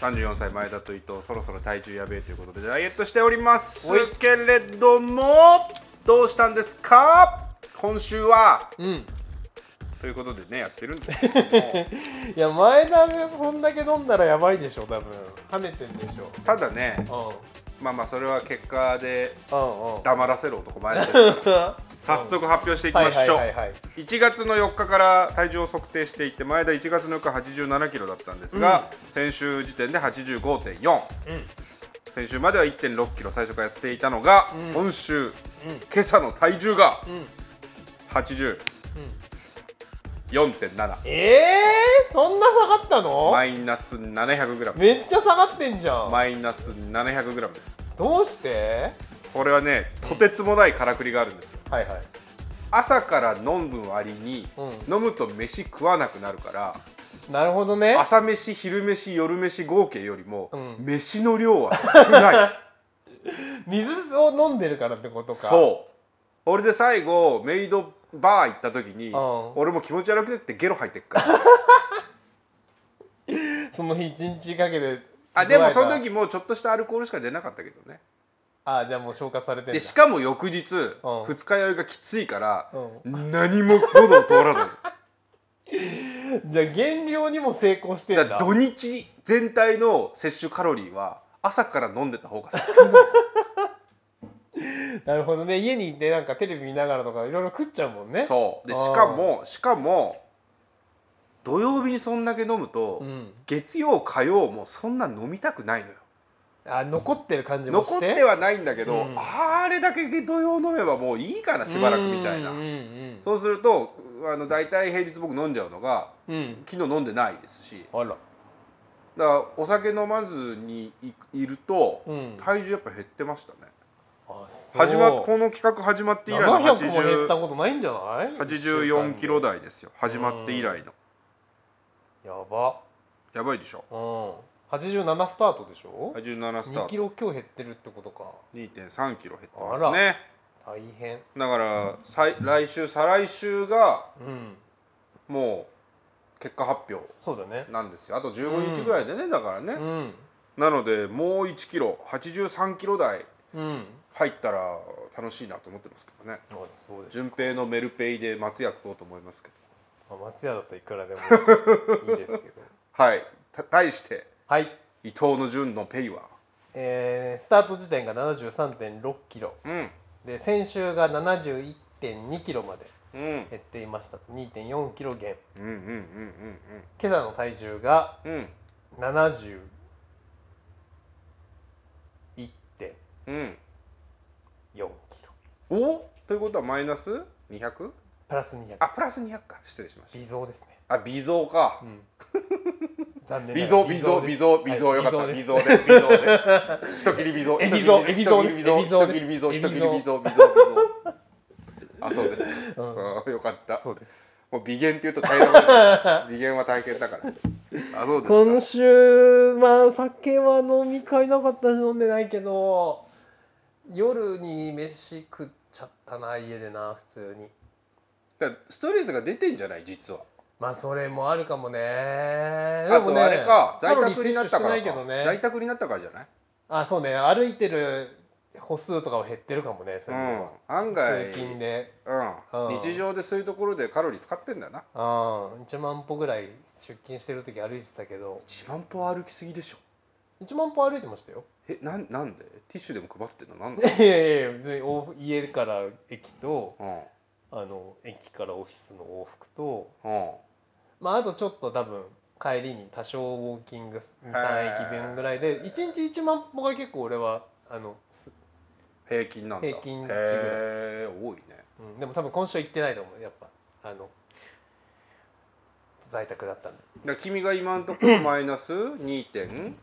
Speaker 1: 34歳前田と伊藤そろそろ体重やべえということでダイエットしております
Speaker 2: おい
Speaker 1: けれどもどうしたんですか今週は
Speaker 2: うん
Speaker 1: ということでねやってるんですけども
Speaker 2: いや前田がそんだけ飲んだらやばいでしょ多分跳ねてんでしょ
Speaker 1: ただ ね
Speaker 2: う
Speaker 1: まあまあそれは結果で
Speaker 2: んうんうん
Speaker 1: 黙らせる男前田ですから
Speaker 2: は
Speaker 1: 早速発表してい
Speaker 2: い
Speaker 1: き
Speaker 2: は
Speaker 1: ま
Speaker 2: いはい
Speaker 1: しょう、
Speaker 2: はい
Speaker 1: 1月の4日から体重を測定していて前田1月の4日87キロだったんですが、先週時点で85.4、先週までは1.6キロ最初から痩せていたのが、今週、今朝の体重が、8 4 7
Speaker 2: ええそんな下がったの
Speaker 1: マイナス 700g
Speaker 2: めっちゃ下がってんじゃん、
Speaker 1: マイナス 700g です
Speaker 2: どうして
Speaker 1: これはねとてつもないからくりがあるんですよ
Speaker 2: はいはい
Speaker 1: 朝から飲む割に、
Speaker 2: う
Speaker 1: 飲むと飯食わなくなるから
Speaker 2: なるほどね
Speaker 1: 朝飯昼飯夜飯合計よりも、
Speaker 2: うん
Speaker 1: 飯の量は少 ない
Speaker 2: 水を飲んでるからってことか
Speaker 1: そう俺で最後メイドバー行った時に、
Speaker 2: ん
Speaker 1: 俺も気持ち悪くてってゲロ吐いてっ から
Speaker 2: その日一日かけて
Speaker 1: あでも
Speaker 2: 具合
Speaker 1: そ
Speaker 2: が
Speaker 1: の時もうちょっとしたアルコールしか出なかったけどね
Speaker 2: あじゃあもう消化されてん
Speaker 1: で
Speaker 2: だ
Speaker 1: しかも翌日、二日酔いがきついから、
Speaker 2: う
Speaker 1: 何も喉を通らない
Speaker 2: じゃあ減量にも成功してん
Speaker 1: だ
Speaker 2: だ
Speaker 1: から土日全体の摂取カロリーは朝から飲んでた方が少ない
Speaker 2: なるほどね家にいてなんかテレビ見ながらとかいろいろ食っちゃうもんね
Speaker 1: そうで
Speaker 2: あ
Speaker 1: し
Speaker 2: ー
Speaker 1: かもしかも土曜日にそんだけ飲むと、
Speaker 2: うん
Speaker 1: 月曜火曜もそんな飲みたくないのよ
Speaker 2: あ残ってる感じもして
Speaker 1: 残ってはないんだけど、
Speaker 2: うん
Speaker 1: あれだけ土曜飲めばもういいかなしばらくみたいな
Speaker 2: うんうん
Speaker 1: そうするとあの大体平日僕飲んじゃうのが
Speaker 2: うん、うん、
Speaker 1: 昨日飲んでないですし
Speaker 2: あら
Speaker 1: だからお酒飲まずにいいると、
Speaker 2: うん
Speaker 1: 体重やっぱ減ってましたね
Speaker 2: あそう
Speaker 1: 始まっこの企画始まって以来の
Speaker 2: 700も減った
Speaker 1: 80
Speaker 2: ことないんじゃない
Speaker 1: 84キロ
Speaker 2: だ
Speaker 1: 台ですよ始まって以来の
Speaker 2: やば
Speaker 1: やばいでしょ
Speaker 2: うん87スタートでしょ
Speaker 1: 87スタ
Speaker 2: 2キ
Speaker 1: ート
Speaker 2: ロ強減ってるってことか
Speaker 1: 2.3キロ減ってま
Speaker 2: あ
Speaker 1: すね
Speaker 2: 大変
Speaker 1: だから再来週再来週が
Speaker 2: うん
Speaker 1: もう結果発表
Speaker 2: そうだね
Speaker 1: なんですよあと15日ぐらいでね、だからね、
Speaker 2: うん
Speaker 1: なのでもう1キロ83キロ台
Speaker 2: うん
Speaker 1: 入ったら楽しいなと思ってますけどね
Speaker 2: あそうです
Speaker 1: 順平のメルペイで松屋食おうと思いますけど
Speaker 2: まあ松屋だといくら でもいいですけど
Speaker 1: はいた対して
Speaker 2: はい、
Speaker 1: 伊藤の順のペイは
Speaker 2: えー、スタート時点が73.6キロ
Speaker 1: うん
Speaker 2: で先週が71.2キロまで
Speaker 1: うんうん
Speaker 2: 減っていました2.4キロ減
Speaker 1: うんうん
Speaker 2: 今朝の体重が
Speaker 1: うんうんうん
Speaker 2: 71.4
Speaker 1: うん
Speaker 2: キロ
Speaker 1: おということはマイナス 200?
Speaker 2: プラス200
Speaker 1: あプラス200か失礼しまし
Speaker 2: 微増ですね
Speaker 1: たあ微増か、
Speaker 2: 残念な
Speaker 1: 微
Speaker 2: がら
Speaker 1: 増微増
Speaker 2: で
Speaker 1: 微
Speaker 2: す
Speaker 1: 増微増
Speaker 2: はい
Speaker 1: よかった微
Speaker 2: です
Speaker 1: 増で微増で人切り微増
Speaker 2: エビゾ
Speaker 1: 人切り
Speaker 2: エビゾです
Speaker 1: 人切り微増
Speaker 2: エビ
Speaker 1: 人
Speaker 2: ゾ
Speaker 1: 切り微増人切
Speaker 2: です
Speaker 1: り微増微増微増あそうですか、うん、よかった
Speaker 2: そうです
Speaker 1: もう微減って言うと大変なことだ微減は大変だからあそうですか
Speaker 2: 今週まあ酒は飲み会なかったし飲んでないけど夜に飯食っちゃったな家でな普通に
Speaker 1: だからストレスが出てんじゃない実は
Speaker 2: まあそれもあるかもねで
Speaker 1: あ
Speaker 2: も
Speaker 1: と
Speaker 2: ね
Speaker 1: あれか
Speaker 2: カ
Speaker 1: 在
Speaker 2: ロリー
Speaker 1: 宅に
Speaker 2: 摂
Speaker 1: なっ
Speaker 2: 取して
Speaker 1: たから
Speaker 2: な
Speaker 1: か
Speaker 2: いけどね
Speaker 1: 在宅になったからじゃない
Speaker 2: あそうね歩いてる歩数とかは減ってるかもねそうれで
Speaker 1: ん
Speaker 2: は、
Speaker 1: 案外
Speaker 2: 通勤で
Speaker 1: うん
Speaker 2: うん
Speaker 1: 日常でそういうところでカロリー使ってんだよな
Speaker 2: うん1万歩ぐらい出勤してる時歩いてたけど
Speaker 1: 1万歩歩きすぎでしょ
Speaker 2: 1万歩歩いてまし たよ
Speaker 1: えなんなんでティッシュでも配ってんのなん
Speaker 2: い
Speaker 1: だ
Speaker 2: やいやいや別に往復家から駅と
Speaker 1: うん
Speaker 2: あの駅からオフィスの往復と
Speaker 1: うん
Speaker 2: まああとちょっと多分帰りに多少ウォーキング23駅分ぐらいで1日1万歩が結構俺はあの、す
Speaker 1: 平均なんだ
Speaker 2: 平均値ぐらい
Speaker 1: へえ多いね
Speaker 2: うん、でも多分今週は行ってないと思うやっぱあの在宅だったんで
Speaker 1: だから君が今のところマイナス2点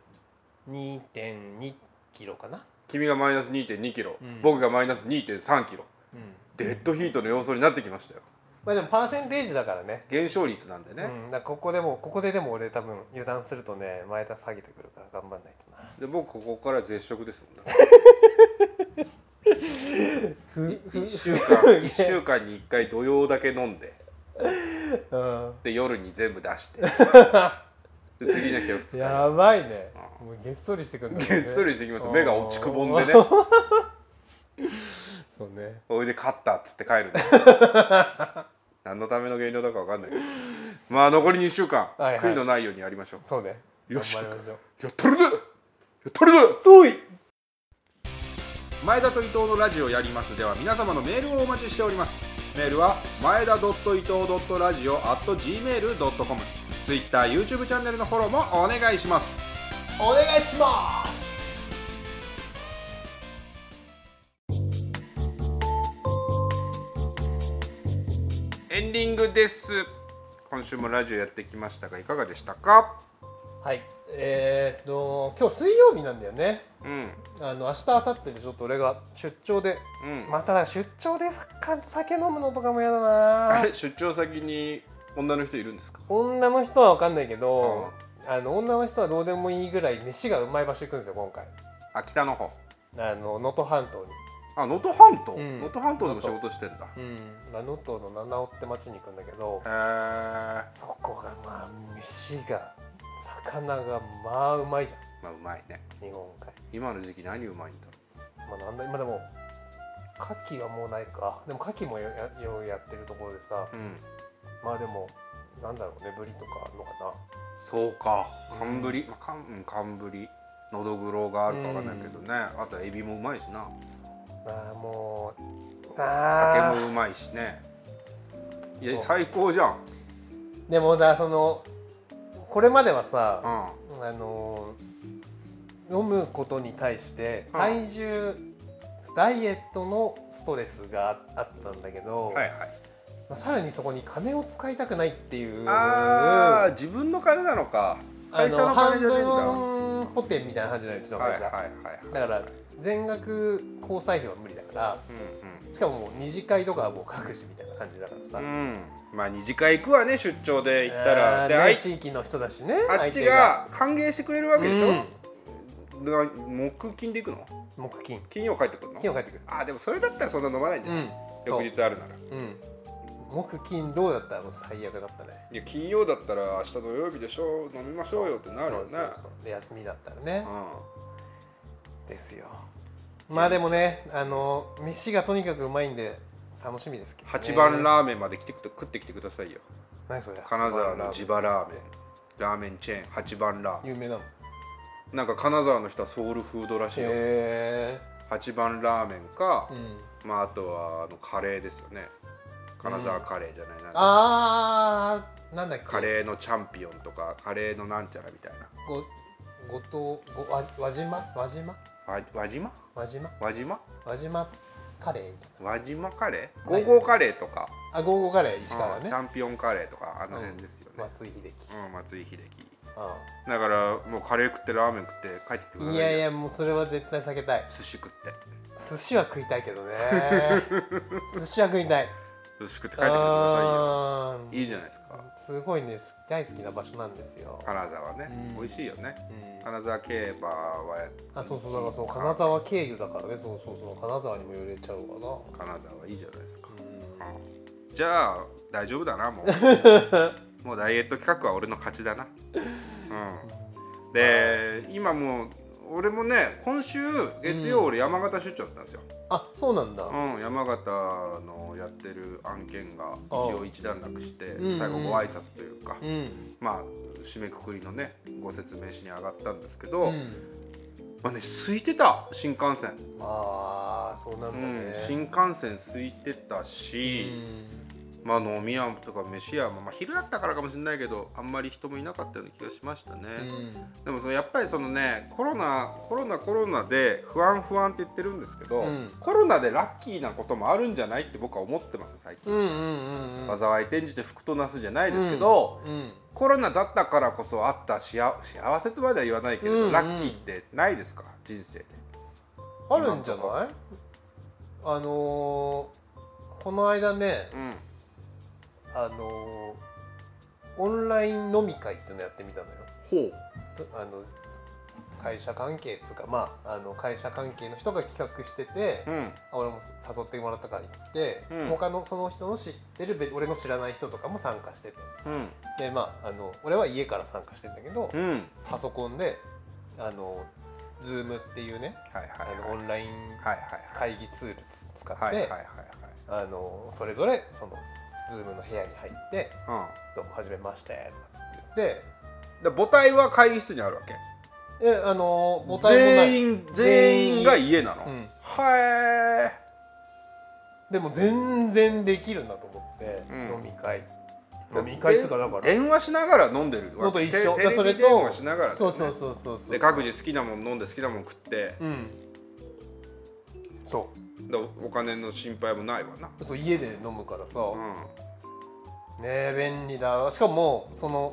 Speaker 2: 2.2キロかな
Speaker 1: 君がマイナス2 2キロ、
Speaker 2: うん
Speaker 1: 僕がマイナス2 3キロ
Speaker 2: うん
Speaker 1: デッドヒートの様相になってきましたよ
Speaker 2: まあでもパーセンテージだからね
Speaker 1: 減少率なんで
Speaker 2: う
Speaker 1: ね、
Speaker 2: ん、だからここでもここででも俺多分油断するとね前田下げてくるから頑張んないとな
Speaker 1: で僕ここから絶食ですもんね
Speaker 2: ふ
Speaker 1: 1週間一週間に1回土曜だけ飲んで
Speaker 2: うん
Speaker 1: で夜に全部出 してで次の日は2日
Speaker 2: やばいねもうげっそりしてくるんだよね
Speaker 1: げっそりしてきました目が落ちくぼんでね
Speaker 2: あーそうね
Speaker 1: おいで勝ったっつって帰るんです 何のための減量だか分かんないけどまあ残り2週間、
Speaker 2: いはい
Speaker 1: 悔いのないようにやりましょう
Speaker 2: そうね
Speaker 1: よし
Speaker 2: 頑張りましょう
Speaker 1: やったるねやったるね
Speaker 2: おい
Speaker 1: 前田と伊藤のラジオやりますでは皆様のメールをお待ちしておりますメールは前田伊藤ラジオ at gmail.com ツイッター YouTube チャンネルのフォローもお願いします
Speaker 2: お願いします
Speaker 1: エンディングです今週もラジオやってきましたがいかがでしたか
Speaker 2: はいえー、っと今日水曜日なんだよね
Speaker 1: うん
Speaker 2: あの明日明後日でちょっと俺が出張で
Speaker 1: うん、
Speaker 2: まただ出張でさか酒飲むのとかも嫌だ
Speaker 1: あ
Speaker 2: な
Speaker 1: れ出張先に女の人いるんですか
Speaker 2: 女の人は分かんないけど、あの女の人はどうでもいいぐらい飯がうまい場所行くんですよ今回
Speaker 1: あ北の方
Speaker 2: あの能登半島に
Speaker 1: あ能登半島
Speaker 2: うん
Speaker 1: 能登、半島でも仕事してんだ
Speaker 2: うん能登の七尾って町に行くんだけど
Speaker 1: へえ
Speaker 2: そこがまあ飯が魚がまあうまいじゃん
Speaker 1: まあうまいね
Speaker 2: 日本海
Speaker 1: 今の時期何うまいんだろ
Speaker 2: まあなんだ今でも牡蠣はもうないかでも牡蠣もよやようやってるところでさ
Speaker 1: う、うん、
Speaker 2: まあでもなんだろうねぶりとかあるのかな
Speaker 1: そうか寒ぶり、まあ、かんうん寒ぶりのどぐろがあるかわかんないけどね、あとエビもうまいしな
Speaker 2: まあもうあー
Speaker 1: 酒もうまいしねいや
Speaker 2: そう
Speaker 1: 最高じゃん
Speaker 2: でもだそのこれまでは
Speaker 1: う
Speaker 2: さ、
Speaker 1: ん
Speaker 2: あのー飲むことに対して
Speaker 1: うん
Speaker 2: 体重、ダイエットのストレスがあったんだけど、
Speaker 1: はいはい
Speaker 2: まあ、さらにそこに金を使いたくないっていう
Speaker 1: あー自分の金なのか
Speaker 2: あ
Speaker 1: 会社
Speaker 2: の
Speaker 1: の金
Speaker 2: 半
Speaker 1: じゃねえんだは
Speaker 2: 分補填みたいな感じなのうちの
Speaker 1: いはい
Speaker 2: 会
Speaker 1: はい
Speaker 2: 社、
Speaker 1: はい
Speaker 2: だから全額交際費は無理だからしかももう二次会とかはもう各自みたいな感じだからさ、
Speaker 1: うんうん、うん、まあ二次会行くわね出張で行った
Speaker 2: あ
Speaker 1: ら
Speaker 2: ー
Speaker 1: で
Speaker 2: ね
Speaker 1: あい
Speaker 2: 地域の人だしね
Speaker 1: あっ
Speaker 2: 相
Speaker 1: ち
Speaker 2: 手
Speaker 1: が歓迎してくれるわけでしょ、
Speaker 2: う
Speaker 1: な木金で行くの
Speaker 2: 木金
Speaker 1: 金曜帰ってくるの
Speaker 2: 金を帰ってくる
Speaker 1: あーでもそれだったらそんな飲まないんだ、
Speaker 2: うん
Speaker 1: 翌日あるなら
Speaker 2: そううん木金どうだったらもう最悪だったね
Speaker 1: いや金曜だったら明日土曜日でしょ飲みましょうよってなるよね
Speaker 2: そうそうそうで休みだったらね
Speaker 1: う
Speaker 2: ですよまあでもねあの飯がとにかくうまいんで楽しみですけど、
Speaker 1: ん
Speaker 2: ね、
Speaker 1: 八番ラーメンまで来てくと食ってきてくださいよ
Speaker 2: 何それ
Speaker 1: 金沢の
Speaker 2: 地
Speaker 1: 地場ラーメンラーメンチェーン八番ラーメ
Speaker 2: 有名なのへ
Speaker 1: ンなんか金沢の人はソウルフードらしいよ
Speaker 2: え
Speaker 1: 八番ラーメンか
Speaker 2: う、ん
Speaker 1: まああとはあのカレーですよね金沢カレーじゃないな、
Speaker 2: あーなんだっけ
Speaker 1: カレーのチャンピオンとかカレーのなんちゃらみたいな
Speaker 2: ごごとごわ輪島輪島
Speaker 1: わ輪島
Speaker 2: 輪島
Speaker 1: 輪島
Speaker 2: 輪島カレーみたい
Speaker 1: 輪島カレーゴ
Speaker 2: はい
Speaker 1: ーゴーカレーとか、
Speaker 2: なあゴーゴーカレー石川
Speaker 1: うん
Speaker 2: ね
Speaker 1: チャンピオンカレーとかあの辺ですよね、
Speaker 2: 松井秀喜
Speaker 1: うん、松井秀喜
Speaker 2: あ
Speaker 1: だからもうカレー食ってラーメン食って帰ってきてください
Speaker 2: あい
Speaker 1: よ
Speaker 2: やいやもうそれは絶対避けたい
Speaker 1: 寿司食って
Speaker 2: 寿司は食いたいけ どね寿司は食いたい
Speaker 1: 寿司食って帰ってきてくださ
Speaker 2: あ
Speaker 1: いよいいじゃないですか
Speaker 2: ーすごいねす大好きな場所なんですよ、
Speaker 1: 金沢ね、美味しいよね、
Speaker 2: うん
Speaker 1: 金沢競馬は
Speaker 2: あそうそうだからそう金沢経由だからねそうそうそう金沢にも寄れちゃうかな
Speaker 1: 金沢いいじゃないですか、うんじゃあ大丈夫だなも うもうダイエット企画は俺の勝ちだなうんで今もう俺もね今週月曜俺山形出張だったんですよ、
Speaker 2: あそうなんだ、
Speaker 1: うん、山形のやってる案件が一応一段落して
Speaker 2: うんうん
Speaker 1: 最後ご挨拶というか、
Speaker 2: うん
Speaker 1: まあ締めくくりのねご説明しに上がったんですけど、
Speaker 2: うん
Speaker 1: まあね空いてた新幹線、
Speaker 2: ああそうなんだね、
Speaker 1: う
Speaker 2: うんん、
Speaker 1: 新幹線空いてたし、まあ飲み屋とか飯屋も、まあ、昼だったからかもしれないけどあんまり人もいなかったような気がしましたね、でもそのやっぱりそのねコロナコロナコロナで不安不安って言ってるんですけど、
Speaker 2: うん
Speaker 1: コロナでラッキーなこともあるんじゃないって僕は思ってますよ最近、
Speaker 2: うんうんうんうん
Speaker 1: 災い転じて福となすじゃないですけど、
Speaker 2: うん
Speaker 1: コロナだったからこそあった幸幸せとまでは言わないけれど、
Speaker 2: うんうん
Speaker 1: ラッキーってないですか人生で
Speaker 2: あるんじゃないあのー、この間ね
Speaker 1: うん
Speaker 2: あのー、オンライン飲み会っていうのやってみたのよ
Speaker 1: ほう
Speaker 2: とあの会社関係っつうかまああの会社関係の人が企画してて、
Speaker 1: うん
Speaker 2: あ俺も誘ってもらったから行って、
Speaker 1: うん
Speaker 2: 他のその人の知ってるべ俺の知らない人とかも参加してて
Speaker 1: うん
Speaker 2: でまああの俺は家から参加してんだけど、
Speaker 1: うんはい
Speaker 2: パソコンであの Zoom っていうね
Speaker 1: はい
Speaker 2: あ
Speaker 1: はい
Speaker 2: のオンライン
Speaker 1: はい
Speaker 2: 会議ツールつ使って、
Speaker 1: はいはいはいはい
Speaker 2: あのそれぞれその Zoom の部屋に入って
Speaker 1: はい
Speaker 2: 「どうもはじめまして」とかつって言って
Speaker 1: うんで母体は会議室にあるわけ
Speaker 2: えあの母体もない
Speaker 1: 全員全員が家なの、
Speaker 2: うん
Speaker 1: は
Speaker 2: でも全然できるんだと思って、
Speaker 1: うん
Speaker 2: 飲み会
Speaker 1: い
Speaker 2: 飲み会っつうかだから
Speaker 1: 電話しながら飲んでる
Speaker 2: のと一緒
Speaker 1: テ
Speaker 2: いや
Speaker 1: テ
Speaker 2: そ
Speaker 1: レ
Speaker 2: れ
Speaker 1: ビ
Speaker 2: と
Speaker 1: 電話しながらだよね
Speaker 2: そうそうそうそうそう
Speaker 1: で各自好きなもん飲んで好きなもん食って
Speaker 2: うんそ
Speaker 1: でおお金の心配もないわな
Speaker 2: うそう家で飲むからさ、
Speaker 1: うん
Speaker 2: ねえ便利だしかもその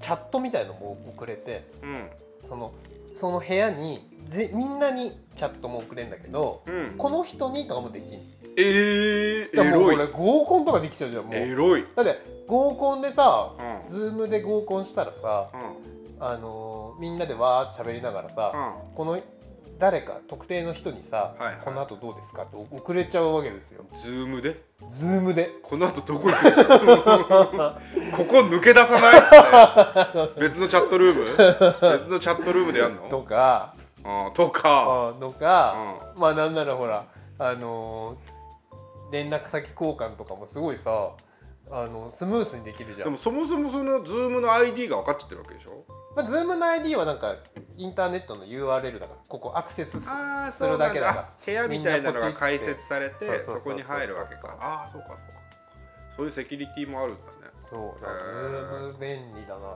Speaker 2: チャットみたいのも送れて
Speaker 1: うん
Speaker 2: そのその部屋にぜみんなにチャットも送れんだけど、
Speaker 1: うん
Speaker 2: この人にとかもできん
Speaker 1: えー、
Speaker 2: だ
Speaker 1: エ
Speaker 2: からもう
Speaker 1: ロ
Speaker 2: こ
Speaker 1: い
Speaker 2: れ合コンとかできちゃうじゃんもう、
Speaker 1: エロい、
Speaker 2: だって合コンでさ、
Speaker 1: うん
Speaker 2: ズームで合コンしたらさ、
Speaker 1: うん
Speaker 2: あのーみんなでわーって喋りながらさ、この誰か特定の人にさ、
Speaker 1: はいはい
Speaker 2: この後どうですかって送れちゃうわけですよ
Speaker 1: ズームで
Speaker 2: ズームで
Speaker 1: この後 どこ行くのここ抜け出さないっ すね別のチャットルーム別のチャットルームでやんの
Speaker 2: とか
Speaker 1: あーとか
Speaker 2: あーとか、まあなんならほらあのー連絡先交換とかもすごいさあのスムースにできるじゃ
Speaker 1: で
Speaker 2: ん
Speaker 1: もそもそもそのズームの ID が分かっちゃってるわけでしょ
Speaker 2: まあ、ズームの ID はなんかインターネットの URL だからここアクセスす
Speaker 1: あー
Speaker 2: するだけだから
Speaker 1: そうなんだ部屋みたいなのが解説され
Speaker 2: みんな
Speaker 1: て
Speaker 2: こっち行って
Speaker 1: そこに入るわけ
Speaker 2: そうそ
Speaker 1: か
Speaker 2: うそうそう
Speaker 1: ああそうかそうかそういうセキュリティもあるんだね
Speaker 2: そうだからズーム便利だなと思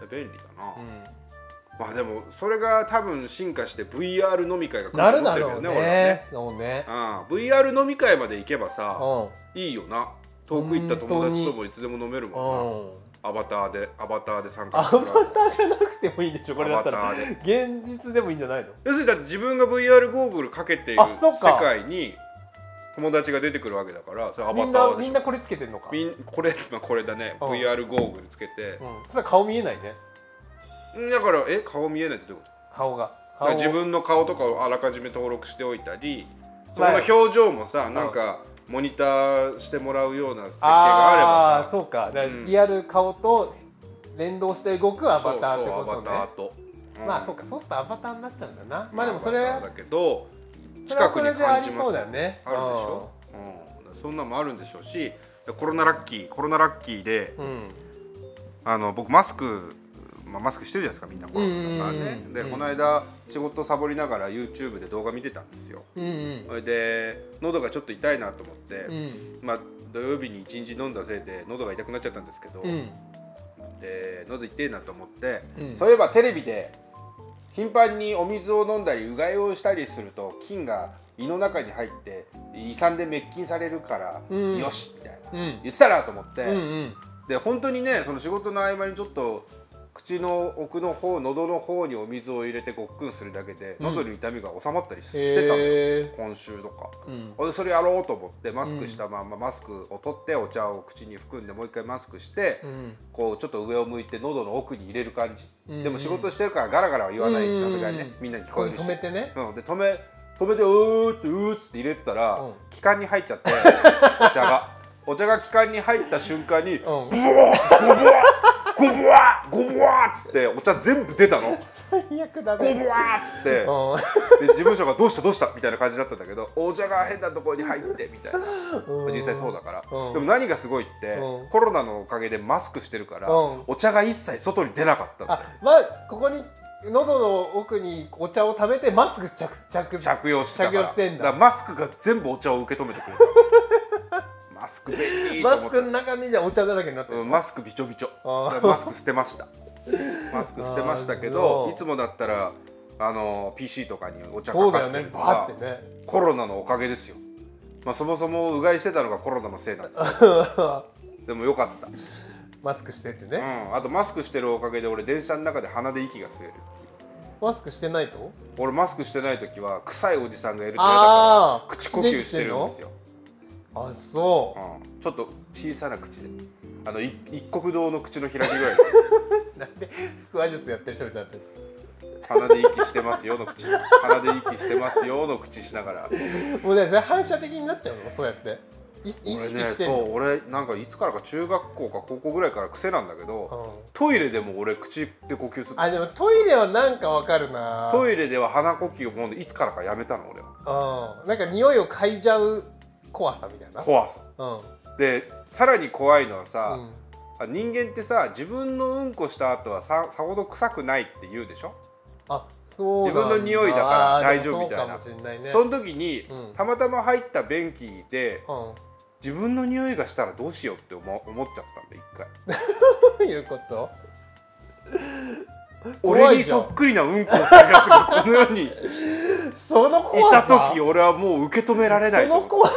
Speaker 2: って、
Speaker 1: 便利だな、
Speaker 2: うん、
Speaker 1: まあでもそれが多分進化して VR 飲み会が来
Speaker 2: な
Speaker 1: と
Speaker 2: る
Speaker 1: 思っ
Speaker 2: だ
Speaker 1: て
Speaker 2: ろう
Speaker 1: け
Speaker 2: ね
Speaker 1: ど俺は
Speaker 2: そうね
Speaker 1: うん、VR 飲み会まで行けばさ、
Speaker 2: うん
Speaker 1: いいよな遠く行った友達ともいつでも飲めるもんな
Speaker 2: うん
Speaker 1: アバターでアバターで参加
Speaker 2: アバ
Speaker 1: す
Speaker 2: タ
Speaker 1: るから
Speaker 2: ーじゃなくてもいいんでしょこれだった
Speaker 1: ア
Speaker 2: ら
Speaker 1: バター
Speaker 2: 現実でもいいんじゃないの
Speaker 1: 要するにだって自分が VR ゴーグルかけている
Speaker 2: あそ
Speaker 1: 世
Speaker 2: っか
Speaker 1: 界に友達が出てくるわけだからそれア
Speaker 2: み
Speaker 1: バ
Speaker 2: ん
Speaker 1: タ
Speaker 2: な
Speaker 1: ーで
Speaker 2: み
Speaker 1: し
Speaker 2: ん
Speaker 1: ょ
Speaker 2: なこれつけてんのか、う
Speaker 1: みんこれ、 まあ、これだね
Speaker 2: うん
Speaker 1: VR ゴーグルつけて、
Speaker 2: ん、そしたら顔見えないね
Speaker 1: うんだからえ顔見えないってどういうこ
Speaker 2: 顔が
Speaker 1: と
Speaker 2: 顔
Speaker 1: だ
Speaker 2: を
Speaker 1: から自分の顔とかをあらかじめ登録しておいたりそ
Speaker 2: まあ
Speaker 1: の表情もさなんかモニターしてもらうような設計があ
Speaker 2: あ
Speaker 1: れば
Speaker 2: ー
Speaker 1: さ
Speaker 2: そうかだから
Speaker 1: うん
Speaker 2: リアル顔と連動して動くアバターってこ
Speaker 1: そうそ
Speaker 2: と
Speaker 1: う
Speaker 2: ね
Speaker 1: アバターと、うん
Speaker 2: まあそうかそうするとアバターになっちゃうんだなまあでもそれ
Speaker 1: アバター
Speaker 2: は
Speaker 1: だけど
Speaker 2: それはそれ
Speaker 1: 近く
Speaker 2: で
Speaker 1: に
Speaker 2: あ
Speaker 1: 感じ
Speaker 2: り
Speaker 1: ます
Speaker 2: そうだよね
Speaker 1: あるでしょ、うん、そんなんもあるんでしょうしコロナラッキーコロナラッキーで
Speaker 2: うんうん
Speaker 1: あの僕マスク、まあ、マスクしてるじゃないですかみんなコロナだから
Speaker 2: うんうん
Speaker 1: ね
Speaker 2: うん
Speaker 1: でこの間仕事サボりながら YouTube で動画見てたんですよ
Speaker 2: うんうん
Speaker 1: それで喉がちょっと痛いなと思って、
Speaker 2: うん
Speaker 1: まあ土曜日に1日飲んだせいで喉が痛くなっちゃったんですけど、
Speaker 2: うん
Speaker 1: で喉痛いなと思って、
Speaker 2: うん
Speaker 1: そういえばテレビで頻繁にお水を飲んだりうがいをしたりすると菌が胃の中に入って胃酸で滅菌されるから、
Speaker 2: うん
Speaker 1: よしみたいな、
Speaker 2: うん
Speaker 1: 言ってたなと思って、
Speaker 2: うんうん
Speaker 1: で本当にねその仕事の合間にちょっと口の奥の方喉の方にお水を入れてごっくんするだけで
Speaker 2: ん
Speaker 1: 喉に痛みが収まったりしてたの、
Speaker 2: へえ
Speaker 1: 今週とか。
Speaker 2: うん
Speaker 1: 俺それやろうと思ってマスクしたまんまマスクを取ってお茶を口に含んでもう一回マスクして、
Speaker 2: うん
Speaker 1: こうちょっと上を向いて喉の奥に入れる感じ、
Speaker 2: うん
Speaker 1: でも仕事してるからガラガラは言わない
Speaker 2: うん
Speaker 1: さすがにねみんなに聞こえるし
Speaker 2: 止めてね
Speaker 1: うん、で止め止めてうーってうーっつって入れてたら、
Speaker 2: うん
Speaker 1: 気管に入っちゃって お茶がお茶が気管に入った瞬間に、
Speaker 2: う
Speaker 1: ご
Speaker 2: ん
Speaker 1: ぼわごぼわっつってお茶全部出たの
Speaker 2: 最悪だ
Speaker 1: ご
Speaker 2: ね
Speaker 1: ぼわっつって
Speaker 2: うん
Speaker 1: で事務所がどうしたどうしたみたいな感じだったんだけどお茶が変なところに入ってみたいな実際そうだからで
Speaker 2: う
Speaker 1: も
Speaker 2: ん
Speaker 1: 何がすごいって
Speaker 2: うん
Speaker 1: コロナのおかげでマスクしてるから
Speaker 2: うん
Speaker 1: お茶が一切外に出なかったの
Speaker 2: あまあここに喉の奥にお茶を食べてマスク着着
Speaker 1: 着用してたから
Speaker 2: 着用してんだ
Speaker 1: からマスクが全部お茶を受け止めてくれ たマスク便利と
Speaker 2: マ
Speaker 1: 思
Speaker 2: ス
Speaker 1: っ
Speaker 2: ク
Speaker 1: て
Speaker 2: の中にじゃあお茶だらけになってる、
Speaker 1: うんマスクびちょびちょ
Speaker 2: あー
Speaker 1: だからマスク捨てましたマスク捨てましたけ
Speaker 2: あーそ
Speaker 1: ど
Speaker 2: う
Speaker 1: いつもだったらあの PC とかにお茶
Speaker 2: そ
Speaker 1: か
Speaker 2: うだ
Speaker 1: か
Speaker 2: よ
Speaker 1: って
Speaker 2: ね
Speaker 1: ると
Speaker 2: バ
Speaker 1: か
Speaker 2: ーってね
Speaker 1: コロナのおかげですよまあそもそもうがいしてたのがコロナのせいなんです よでもよかった
Speaker 2: マスクしてって
Speaker 1: う
Speaker 2: ね、
Speaker 1: ん、あとマスクしてるおかげで俺電車の中で鼻で息が吸える
Speaker 2: マスクしてないと
Speaker 1: 俺マスクしてない時は臭いおじさんがいると嫌だか
Speaker 2: ああ
Speaker 1: ら口呼吸してるんですよ、
Speaker 2: あそう、
Speaker 1: うん、ちょっと小さな口であのい一国堂の口の開きぐらい
Speaker 2: なんで腹話術やってる人みたいになって
Speaker 1: 鼻で息してますよの口鼻で息してますよの口しながら
Speaker 2: るもうねそれ反射的になっちゃうのそうやってい意識して
Speaker 1: 俺
Speaker 2: ん
Speaker 1: ね
Speaker 2: の、
Speaker 1: そう俺なんかいつからか中学校か高校ぐらいから癖なんだけど、
Speaker 2: うん
Speaker 1: トイレでも俺口で呼吸する
Speaker 2: あでもトイレはなんかわかるな
Speaker 1: ト
Speaker 2: イ
Speaker 1: イレでは鼻呼吸をもういつからかやめたの俺は
Speaker 2: うんなんか匂いを嗅いじゃう怖さみたいな
Speaker 1: 怖さ
Speaker 2: うん
Speaker 1: でさらに怖いのはさ、
Speaker 2: うん
Speaker 1: あ人間ってさ自分のうんこした後はささほど臭くないって言うでしょ
Speaker 2: あそうなんだ
Speaker 1: 自分の匂いだから大丈夫みたいな
Speaker 2: あーでもそうかもしんないね
Speaker 1: その時に、
Speaker 2: うん
Speaker 1: たまたま入った便器で
Speaker 2: う
Speaker 1: 自分の匂いがしたらどうしようって思思っちゃったんで一回
Speaker 2: んどういうこと怖
Speaker 1: 俺
Speaker 2: い
Speaker 1: に
Speaker 2: じゃん
Speaker 1: そっくりなうんこをしたやつがこの 世にい
Speaker 2: その怖
Speaker 1: た
Speaker 2: さ
Speaker 1: 時俺はもう受け止められない
Speaker 2: そ
Speaker 1: と
Speaker 2: の
Speaker 1: 思う
Speaker 2: 怖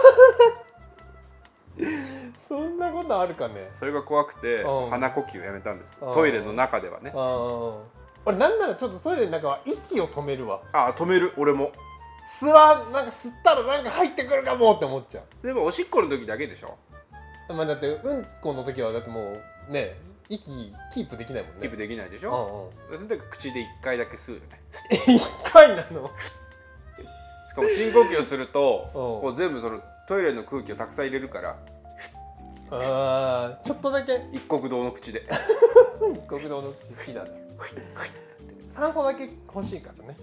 Speaker 2: そんなことあるかね
Speaker 1: それが怖くて
Speaker 2: うん
Speaker 1: 鼻呼吸をやめたんです
Speaker 2: うん
Speaker 1: トイレの中ではね
Speaker 2: あー俺なんならちょっとトイレの中は息を止めるわ
Speaker 1: ああ止める俺も
Speaker 2: 吸わなんか吸ったらなんか入ってくるかもって思っちゃ
Speaker 1: でもおしっこの時だけでしょ
Speaker 2: うまあだってうんこの時はだってもうね息キープできないもんね
Speaker 1: キープできないでし
Speaker 2: う
Speaker 1: ょ
Speaker 2: んうん
Speaker 1: その時口で一回だけ吸うよね
Speaker 2: 一回なの
Speaker 1: しかも深呼吸すると
Speaker 2: うん
Speaker 1: もう全部そのトイレの空気をたくさん入れるから
Speaker 2: あーちょっとだけ
Speaker 1: 一国堂の口で
Speaker 2: 極道の口好きだね酸素だけ欲しいからね、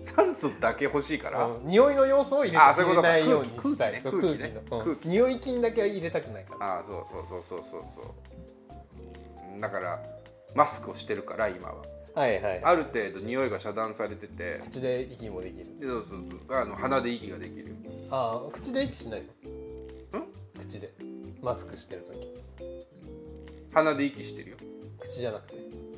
Speaker 1: 酸素だけ欲しいから、
Speaker 2: うん匂いの要素を入れ
Speaker 1: あー
Speaker 2: て
Speaker 1: そういうこと
Speaker 2: 入れ
Speaker 1: か
Speaker 2: ないようにしたい
Speaker 1: 空気
Speaker 2: そう
Speaker 1: 空気ね
Speaker 2: の、
Speaker 1: 空
Speaker 2: うん、匂い菌だけは入れたくないから
Speaker 1: ああそうそうそうそうそうそうだからマスクをしてるから今は
Speaker 2: はいはい
Speaker 1: ある程度匂いが遮断されてて
Speaker 2: 口で息もできる
Speaker 1: でそうそうそうあの鼻で息ができる
Speaker 2: ああ口で息しないの口でマスクしてる時
Speaker 1: 鼻で息してるよ
Speaker 2: 口じゃなくて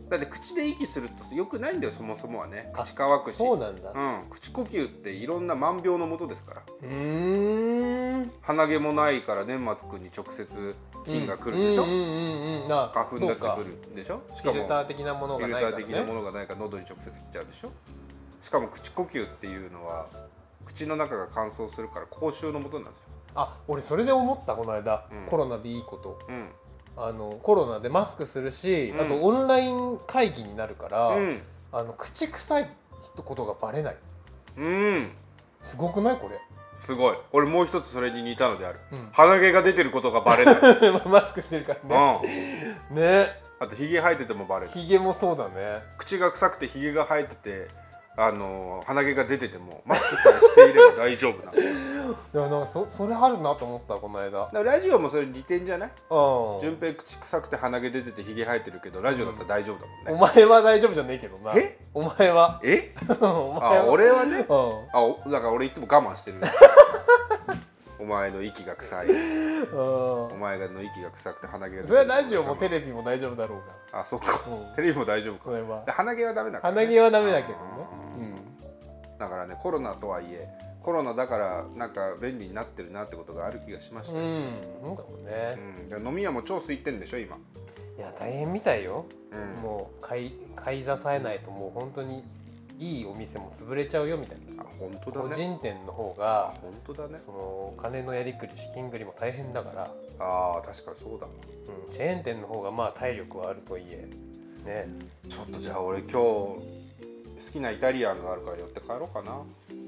Speaker 1: だって口で息するとよくないんだよそもそもはね
Speaker 2: あ
Speaker 1: 口乾くし
Speaker 2: そうなんだ
Speaker 1: うん、口呼吸っていろんな万病のもとですから
Speaker 2: うーん
Speaker 1: 鼻毛もないから粘膜君に直接菌が来るでしょ、
Speaker 2: うんうんうんうんあ
Speaker 1: 花粉だ
Speaker 2: そう
Speaker 1: って
Speaker 2: か
Speaker 1: くるでしょし
Speaker 2: フ
Speaker 1: か
Speaker 2: ィルター
Speaker 1: も
Speaker 2: 的なもの
Speaker 1: フィ
Speaker 2: が
Speaker 1: ル
Speaker 2: な
Speaker 1: タ
Speaker 2: いか
Speaker 1: ー
Speaker 2: ら
Speaker 1: 的なも
Speaker 2: ね
Speaker 1: のがないから喉に直接来ちゃうでしょしかも口呼吸っていうのは口の中が乾燥するから口臭のもとなんですよ、
Speaker 2: あ俺それで思ったこの間、
Speaker 1: うん
Speaker 2: コロナでいいこと
Speaker 1: うん
Speaker 2: あのコロナでマスクするし、
Speaker 1: うん
Speaker 2: あとオンライン会議になるから、
Speaker 1: うん
Speaker 2: あの口臭いことがバレない
Speaker 1: うん
Speaker 2: すごくないこれ
Speaker 1: すごい俺もう一つそれに似たのである、
Speaker 2: うん
Speaker 1: 鼻毛が出てることがバレ ない、うん、
Speaker 2: マスクしてるから
Speaker 1: あ
Speaker 2: ねね
Speaker 1: とひげ生えててもバレる
Speaker 2: ヒゲもそうだね
Speaker 1: 口が臭くてひげが生えててあの鼻毛が出ててもマスクさえしていれば大丈夫 なのだか
Speaker 2: でもなんかそそれあるなと思ったこの間
Speaker 1: らラジオもそれ利点じゃない
Speaker 2: うん
Speaker 1: 順平口臭くて鼻毛出ててひげ生えてるけどラジオだったら大丈夫だもんね、
Speaker 2: お前は大丈夫じゃねえけどな
Speaker 1: え
Speaker 2: お前は
Speaker 1: え
Speaker 2: お前
Speaker 1: あ
Speaker 2: は
Speaker 1: 俺はね
Speaker 2: うん
Speaker 1: あおだから俺いつも我慢して るお前の息が臭い
Speaker 2: うん
Speaker 1: お前の息が臭くて鼻毛が出て
Speaker 2: それはラジオもテレビも大丈夫だろうが
Speaker 1: あそっか、
Speaker 2: うん
Speaker 1: テレビも大丈夫か
Speaker 2: それは
Speaker 1: で鼻毛はダメだから、ね、
Speaker 2: 鼻毛はダメだけどね
Speaker 1: だからねコロナとはいえコロナだからなんか便利になってるなってことがある気がしまし
Speaker 2: う
Speaker 1: た、うん
Speaker 2: んそうかもね
Speaker 1: いや飲み屋も超空いてんでしょ今
Speaker 2: いや大変みたいよ
Speaker 1: うん
Speaker 2: もう買い買い支えないともう本当にいいお店も潰れちゃうよみたいな
Speaker 1: あ本当
Speaker 2: 個
Speaker 1: だね
Speaker 2: 人店の方が
Speaker 1: 本当だね
Speaker 2: その金のやりくり資金繰りも大変だから、
Speaker 1: あー確かそうだ
Speaker 2: うん、チェーン店の方がまあ体力はあるとはいえね
Speaker 1: ちょっとじゃあ俺今日好きなイタリアンがあるから寄って帰ろうかな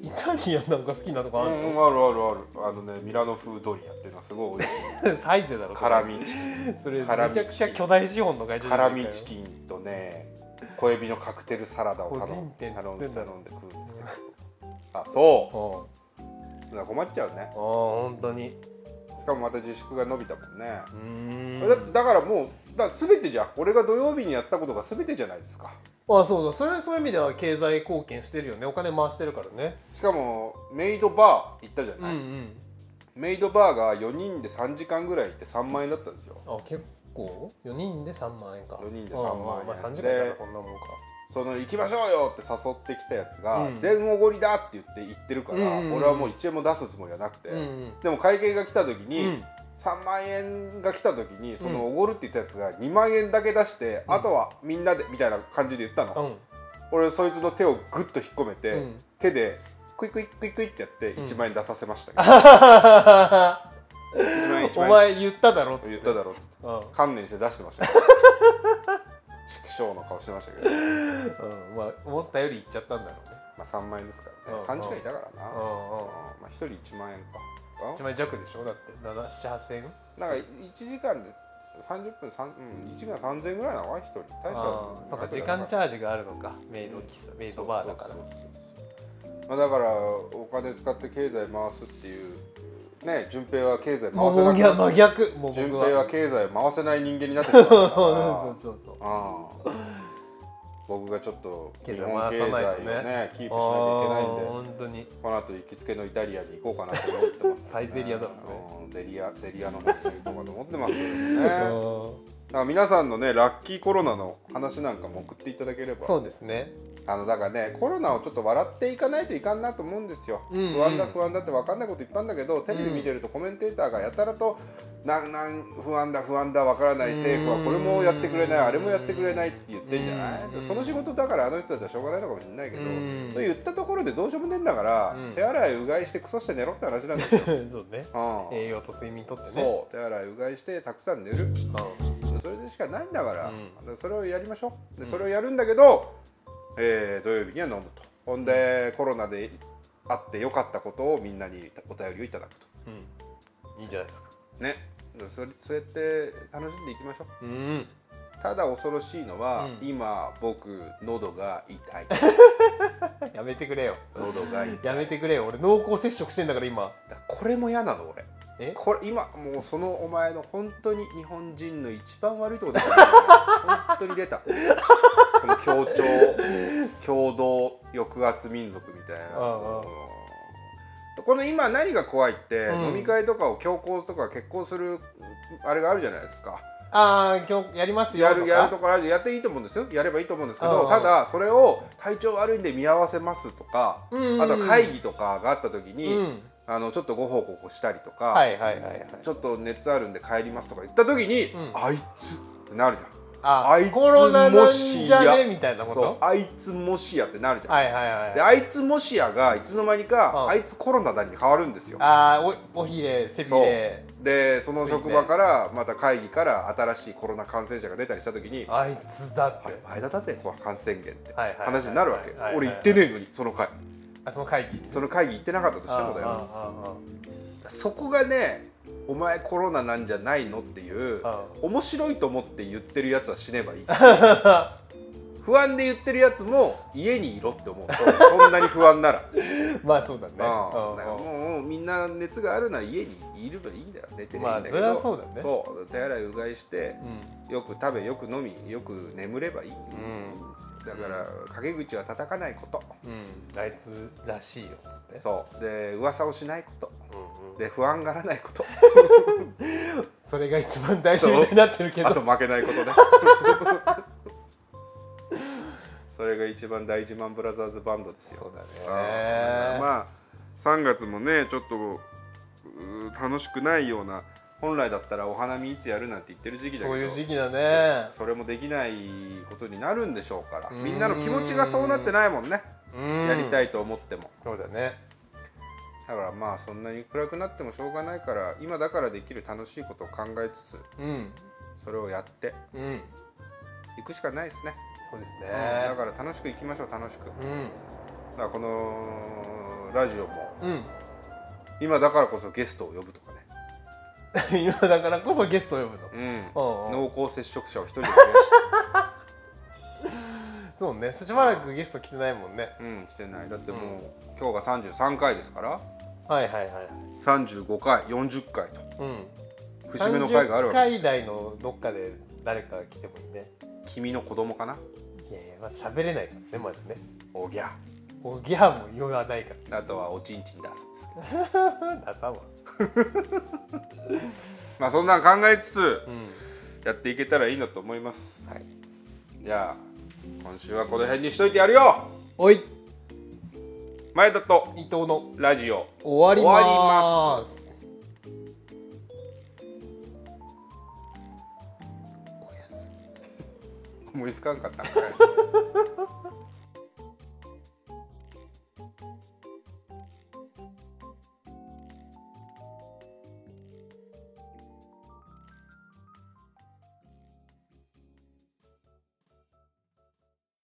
Speaker 2: イタリアンなんか好きなとこあ
Speaker 1: うんんあるあるあるあのねミラノ風ドリアっていうのはすごい美味しい
Speaker 2: の、サイゼだろそれ
Speaker 1: 辛味チキン
Speaker 2: それめち
Speaker 1: 辛味
Speaker 2: ゃくちゃ巨大資本の会社じゃない
Speaker 1: 辛
Speaker 2: かよ
Speaker 1: 味チキンとね小エビのカクテルサラダを
Speaker 2: 個
Speaker 1: 頼
Speaker 2: 人
Speaker 1: ん
Speaker 2: 店っつ
Speaker 1: 頼
Speaker 2: っ
Speaker 1: ん
Speaker 2: て
Speaker 1: で
Speaker 2: んだろ
Speaker 1: 頼んで食うんですけどあそ
Speaker 2: うんあ
Speaker 1: うだから困っちゃうね
Speaker 2: あ本当に
Speaker 1: しかもまた自粛が伸びたもんね、
Speaker 2: うーん
Speaker 1: だってだからもうだから全てじゃん俺が土曜日にやってたことが全てじゃないですか
Speaker 2: あそうだそれそういう意味では経済貢献してるよねお金回してるからね
Speaker 1: しかもメイドバー行ったじゃ
Speaker 2: うん
Speaker 1: な
Speaker 2: う
Speaker 1: い、
Speaker 2: ん
Speaker 1: メイドバーが4人で3時間ぐらい行って3万円だったんですよ
Speaker 2: あ結構4人で3万円か
Speaker 1: 四人で3万円
Speaker 2: ああまあ3時間
Speaker 1: で
Speaker 2: だからそんなもんか
Speaker 1: その行きましょうよって誘ってきたやつが、
Speaker 2: うん
Speaker 1: 全おごりだって言って行ってるから、
Speaker 2: うんうんうん
Speaker 1: 俺はもう1円も出すつもりはなくて、
Speaker 2: うんうん
Speaker 1: でも会計が来た時に、
Speaker 2: うん
Speaker 1: 3万円が来た時にそのおごるって言ったやつが2万円だけ出して、あとはみんなでみたいな感じで言ったの、
Speaker 2: うん
Speaker 1: 俺そいつの手をグッと引っ込めて、
Speaker 2: うん
Speaker 1: 手でクイクイクイクイってやって1万円出させましたけど、1万円1万
Speaker 2: お
Speaker 1: 円
Speaker 2: 前言っただろっつって
Speaker 1: 言っただろっつって
Speaker 2: うん、
Speaker 1: 観念して出してま したよ畜生の顔してましたけど、ま
Speaker 2: うん、まあ思ったより言っちゃったんだろうね
Speaker 1: あ、3万円ですからね
Speaker 2: うん
Speaker 1: 3時間いたからな、
Speaker 2: うんうん
Speaker 1: まあ、1人1万円か
Speaker 2: 1万円弱でしょだって77000円
Speaker 1: なんか1時間で30分3、うん、1時間3000円ぐらいなのかな1人大した
Speaker 2: ああそっか時間チ
Speaker 1: ャ
Speaker 2: ャージがあるのかメイド喫茶メイドバーだから
Speaker 1: まあ、だからお金使って経済回すっていうね順平は経済回
Speaker 2: もう
Speaker 1: せ
Speaker 2: もう
Speaker 1: なく
Speaker 2: い
Speaker 1: な
Speaker 2: や
Speaker 1: っ
Speaker 2: 真逆もう
Speaker 1: 順
Speaker 2: 僕
Speaker 1: 平は
Speaker 2: は
Speaker 1: 経済を回せない人間になってしまったから
Speaker 2: そうそうそう
Speaker 1: うん僕がちょっと
Speaker 2: 経
Speaker 1: 日
Speaker 2: 済
Speaker 1: 本
Speaker 2: 回
Speaker 1: 経済
Speaker 2: さ
Speaker 1: を
Speaker 2: ないとね
Speaker 1: ねキープしなきゃいけ
Speaker 2: ああ
Speaker 1: ないんで
Speaker 2: 本当に
Speaker 1: この後行きつけのイタリアに行こうかなと思ってます、
Speaker 2: サイゼリアだそれ
Speaker 1: うんゼリアゼリアの方に行こうかと思ってますけどね
Speaker 2: あ
Speaker 1: だか
Speaker 2: ー
Speaker 1: ら皆さんのねラッキーコロナの話なんかも送っていただければ
Speaker 2: そうですね
Speaker 1: あのだからねコロナをちょっと笑っていかないといかんなと思うんですよ、
Speaker 2: うんうん
Speaker 1: 不安だ不安だって分かんないこといっぱいあるんだけどテレビ見てるとコメンテーターがやたらとなんなん不安だ不安だわからない政府はこれもやってくれないあれもやってくれないって言ってんじゃない
Speaker 2: うん
Speaker 1: その仕事だからあの人たちはしょうがないのかもしれないけど
Speaker 2: うん
Speaker 1: そう言ったところでどうしようもねえんだから
Speaker 2: うん
Speaker 1: 手洗いうがいしてクソして寝ろって話なんです よ。
Speaker 2: そうね
Speaker 1: うん
Speaker 2: 栄養と睡眠とってね
Speaker 1: そう手洗いうがいしてたくさん寝る
Speaker 2: う
Speaker 1: それでしかないんだから、
Speaker 2: うん
Speaker 1: でそれをやりましょうでそれをやるんだけど、えー土曜日には飲むとほんでコロナであってよかったことをみんなにお便りをいただくと
Speaker 2: ん、うん、いいじゃないですか
Speaker 1: ねでそれそうやって楽しんでいきましょう
Speaker 2: うん
Speaker 1: ただ恐ろしいのは、
Speaker 2: うん
Speaker 1: 今僕喉が 痛い
Speaker 2: やめてくれよ
Speaker 1: 喉が痛い
Speaker 2: やめてくれよ俺濃厚接触してんだから今
Speaker 1: これも嫌なの俺
Speaker 2: え
Speaker 1: これ今もうそのお前の本当に日本人の一番悪いと ころだ本当に出たこの協調共同抑圧民族みたいな
Speaker 2: ああああ
Speaker 1: この今何が怖いって、
Speaker 2: うん
Speaker 1: 飲み会とかを強行とか結婚するあれがあるじゃないですか
Speaker 2: ああ今日やりますよ
Speaker 1: やるやると
Speaker 2: か
Speaker 1: かあるやっていいと思うんですよやればいいと思うんですけ
Speaker 2: あ
Speaker 1: ど
Speaker 2: あああ
Speaker 1: ただそれを体調悪いんで見合わせますとかあ
Speaker 2: うん
Speaker 1: とは会議とかがあった時に、
Speaker 2: うん
Speaker 1: あのちょっとご報告したりとか、
Speaker 2: はいはいはいはい
Speaker 1: ちょっと熱あるんで帰りますとか言った時に、
Speaker 2: ん
Speaker 1: あいつってなるじゃ
Speaker 2: あ
Speaker 1: あいつ
Speaker 2: コロナなんじゃ
Speaker 1: もし
Speaker 2: ね
Speaker 1: や
Speaker 2: みたいなんこ
Speaker 1: そう
Speaker 2: と
Speaker 1: あいつもしやってなるじゃん、
Speaker 2: はいはいはい
Speaker 1: であいつもしやがいつの間にか、
Speaker 2: うん
Speaker 1: あいつコロナだに変わるんですよ
Speaker 2: あーおおひれ背び
Speaker 1: そう
Speaker 2: れ
Speaker 1: でその職場からまた会議から新しいコロナ感染者が出たりした時に
Speaker 2: あいつだって、
Speaker 1: 「前田だぜこう感染源」って
Speaker 2: はいはいはい
Speaker 1: 話になるわけ
Speaker 2: はいはいはい
Speaker 1: 俺行ってねえのにその会
Speaker 2: あその会議
Speaker 1: その会議行ってなかったとしてもだ
Speaker 2: あ
Speaker 1: よ
Speaker 2: あ
Speaker 1: そこがねお前コロナなんじゃないのっていう
Speaker 2: あ
Speaker 1: 面白いと思って言ってるやつは死ねば いいし不安で言ってるやつも家にいろって思うそそんなに不安なら、うん
Speaker 2: あああまあ そうだね
Speaker 1: だ
Speaker 2: うん
Speaker 1: からもうもうみんな熱があるなら家にいればいいんだよ寝てればいいんだけど、
Speaker 2: まあそりゃそうだよね
Speaker 1: そう手洗いうがいして
Speaker 2: う、ん
Speaker 1: よく食べよく飲みよく眠ればいい、
Speaker 2: ん
Speaker 1: だから陰口は叩かないこと、
Speaker 2: うんあいつらしいよつって
Speaker 1: そうで噂をしないこと
Speaker 2: うんうん
Speaker 1: で不安がらないこと
Speaker 2: それが一番大事みたいになってるけど
Speaker 1: あと負けないことね それが一番大事マンブラザーズバンドですよ
Speaker 2: そうだね
Speaker 1: うんまあ3月もねちょっとうー楽しくないような本来だったらお花見いつやるなんて言ってる時期だけど
Speaker 2: そういう時期だね
Speaker 1: それもできないことになるんでしょうから
Speaker 2: うん
Speaker 1: みんなの気持ちがそうなってないもんねやりた
Speaker 2: い
Speaker 1: いと思っても
Speaker 2: そうだね
Speaker 1: だからまあそんなに暗くなってもしょうがないから今だからできる楽しいことを考えつつ
Speaker 2: うん
Speaker 1: それをやって
Speaker 2: うん
Speaker 1: いくしかないですね、
Speaker 2: そうですね
Speaker 1: だから楽しくいきましょう楽しくだか
Speaker 2: うん
Speaker 1: らこのラジオも
Speaker 2: うん
Speaker 1: 今だからこそゲストを呼ぶとかね
Speaker 2: 今だからこそゲストを呼ぶのおうおう
Speaker 1: 濃厚接触者を一 人で増や
Speaker 2: そうねしばらくゲスト来てないもんね
Speaker 1: し、うん、してないだってもう、今日が33回ですから
Speaker 2: はいはいはい
Speaker 1: 35回40回と
Speaker 2: うん
Speaker 1: 節目の回があるわけ
Speaker 2: 30回台のどっかで誰か来てもいいね
Speaker 1: 君の子供かない
Speaker 2: やいやまあ喋れないからねまだね
Speaker 1: おぎゃ
Speaker 2: おぎゃーも言わないか
Speaker 1: あとはおちんちん出すんですけど
Speaker 2: らダサは
Speaker 1: まあそんなん考えつつ
Speaker 2: うん
Speaker 1: やっていけたらいいなと思います
Speaker 2: はい
Speaker 1: じゃあ今週はこの辺にしといてやるよ
Speaker 2: おい
Speaker 1: 前田と
Speaker 2: 伊藤の
Speaker 1: ラジオ
Speaker 2: 終わりま
Speaker 1: 終わ
Speaker 2: ーすおやすみ
Speaker 1: 思いつかんかったんかい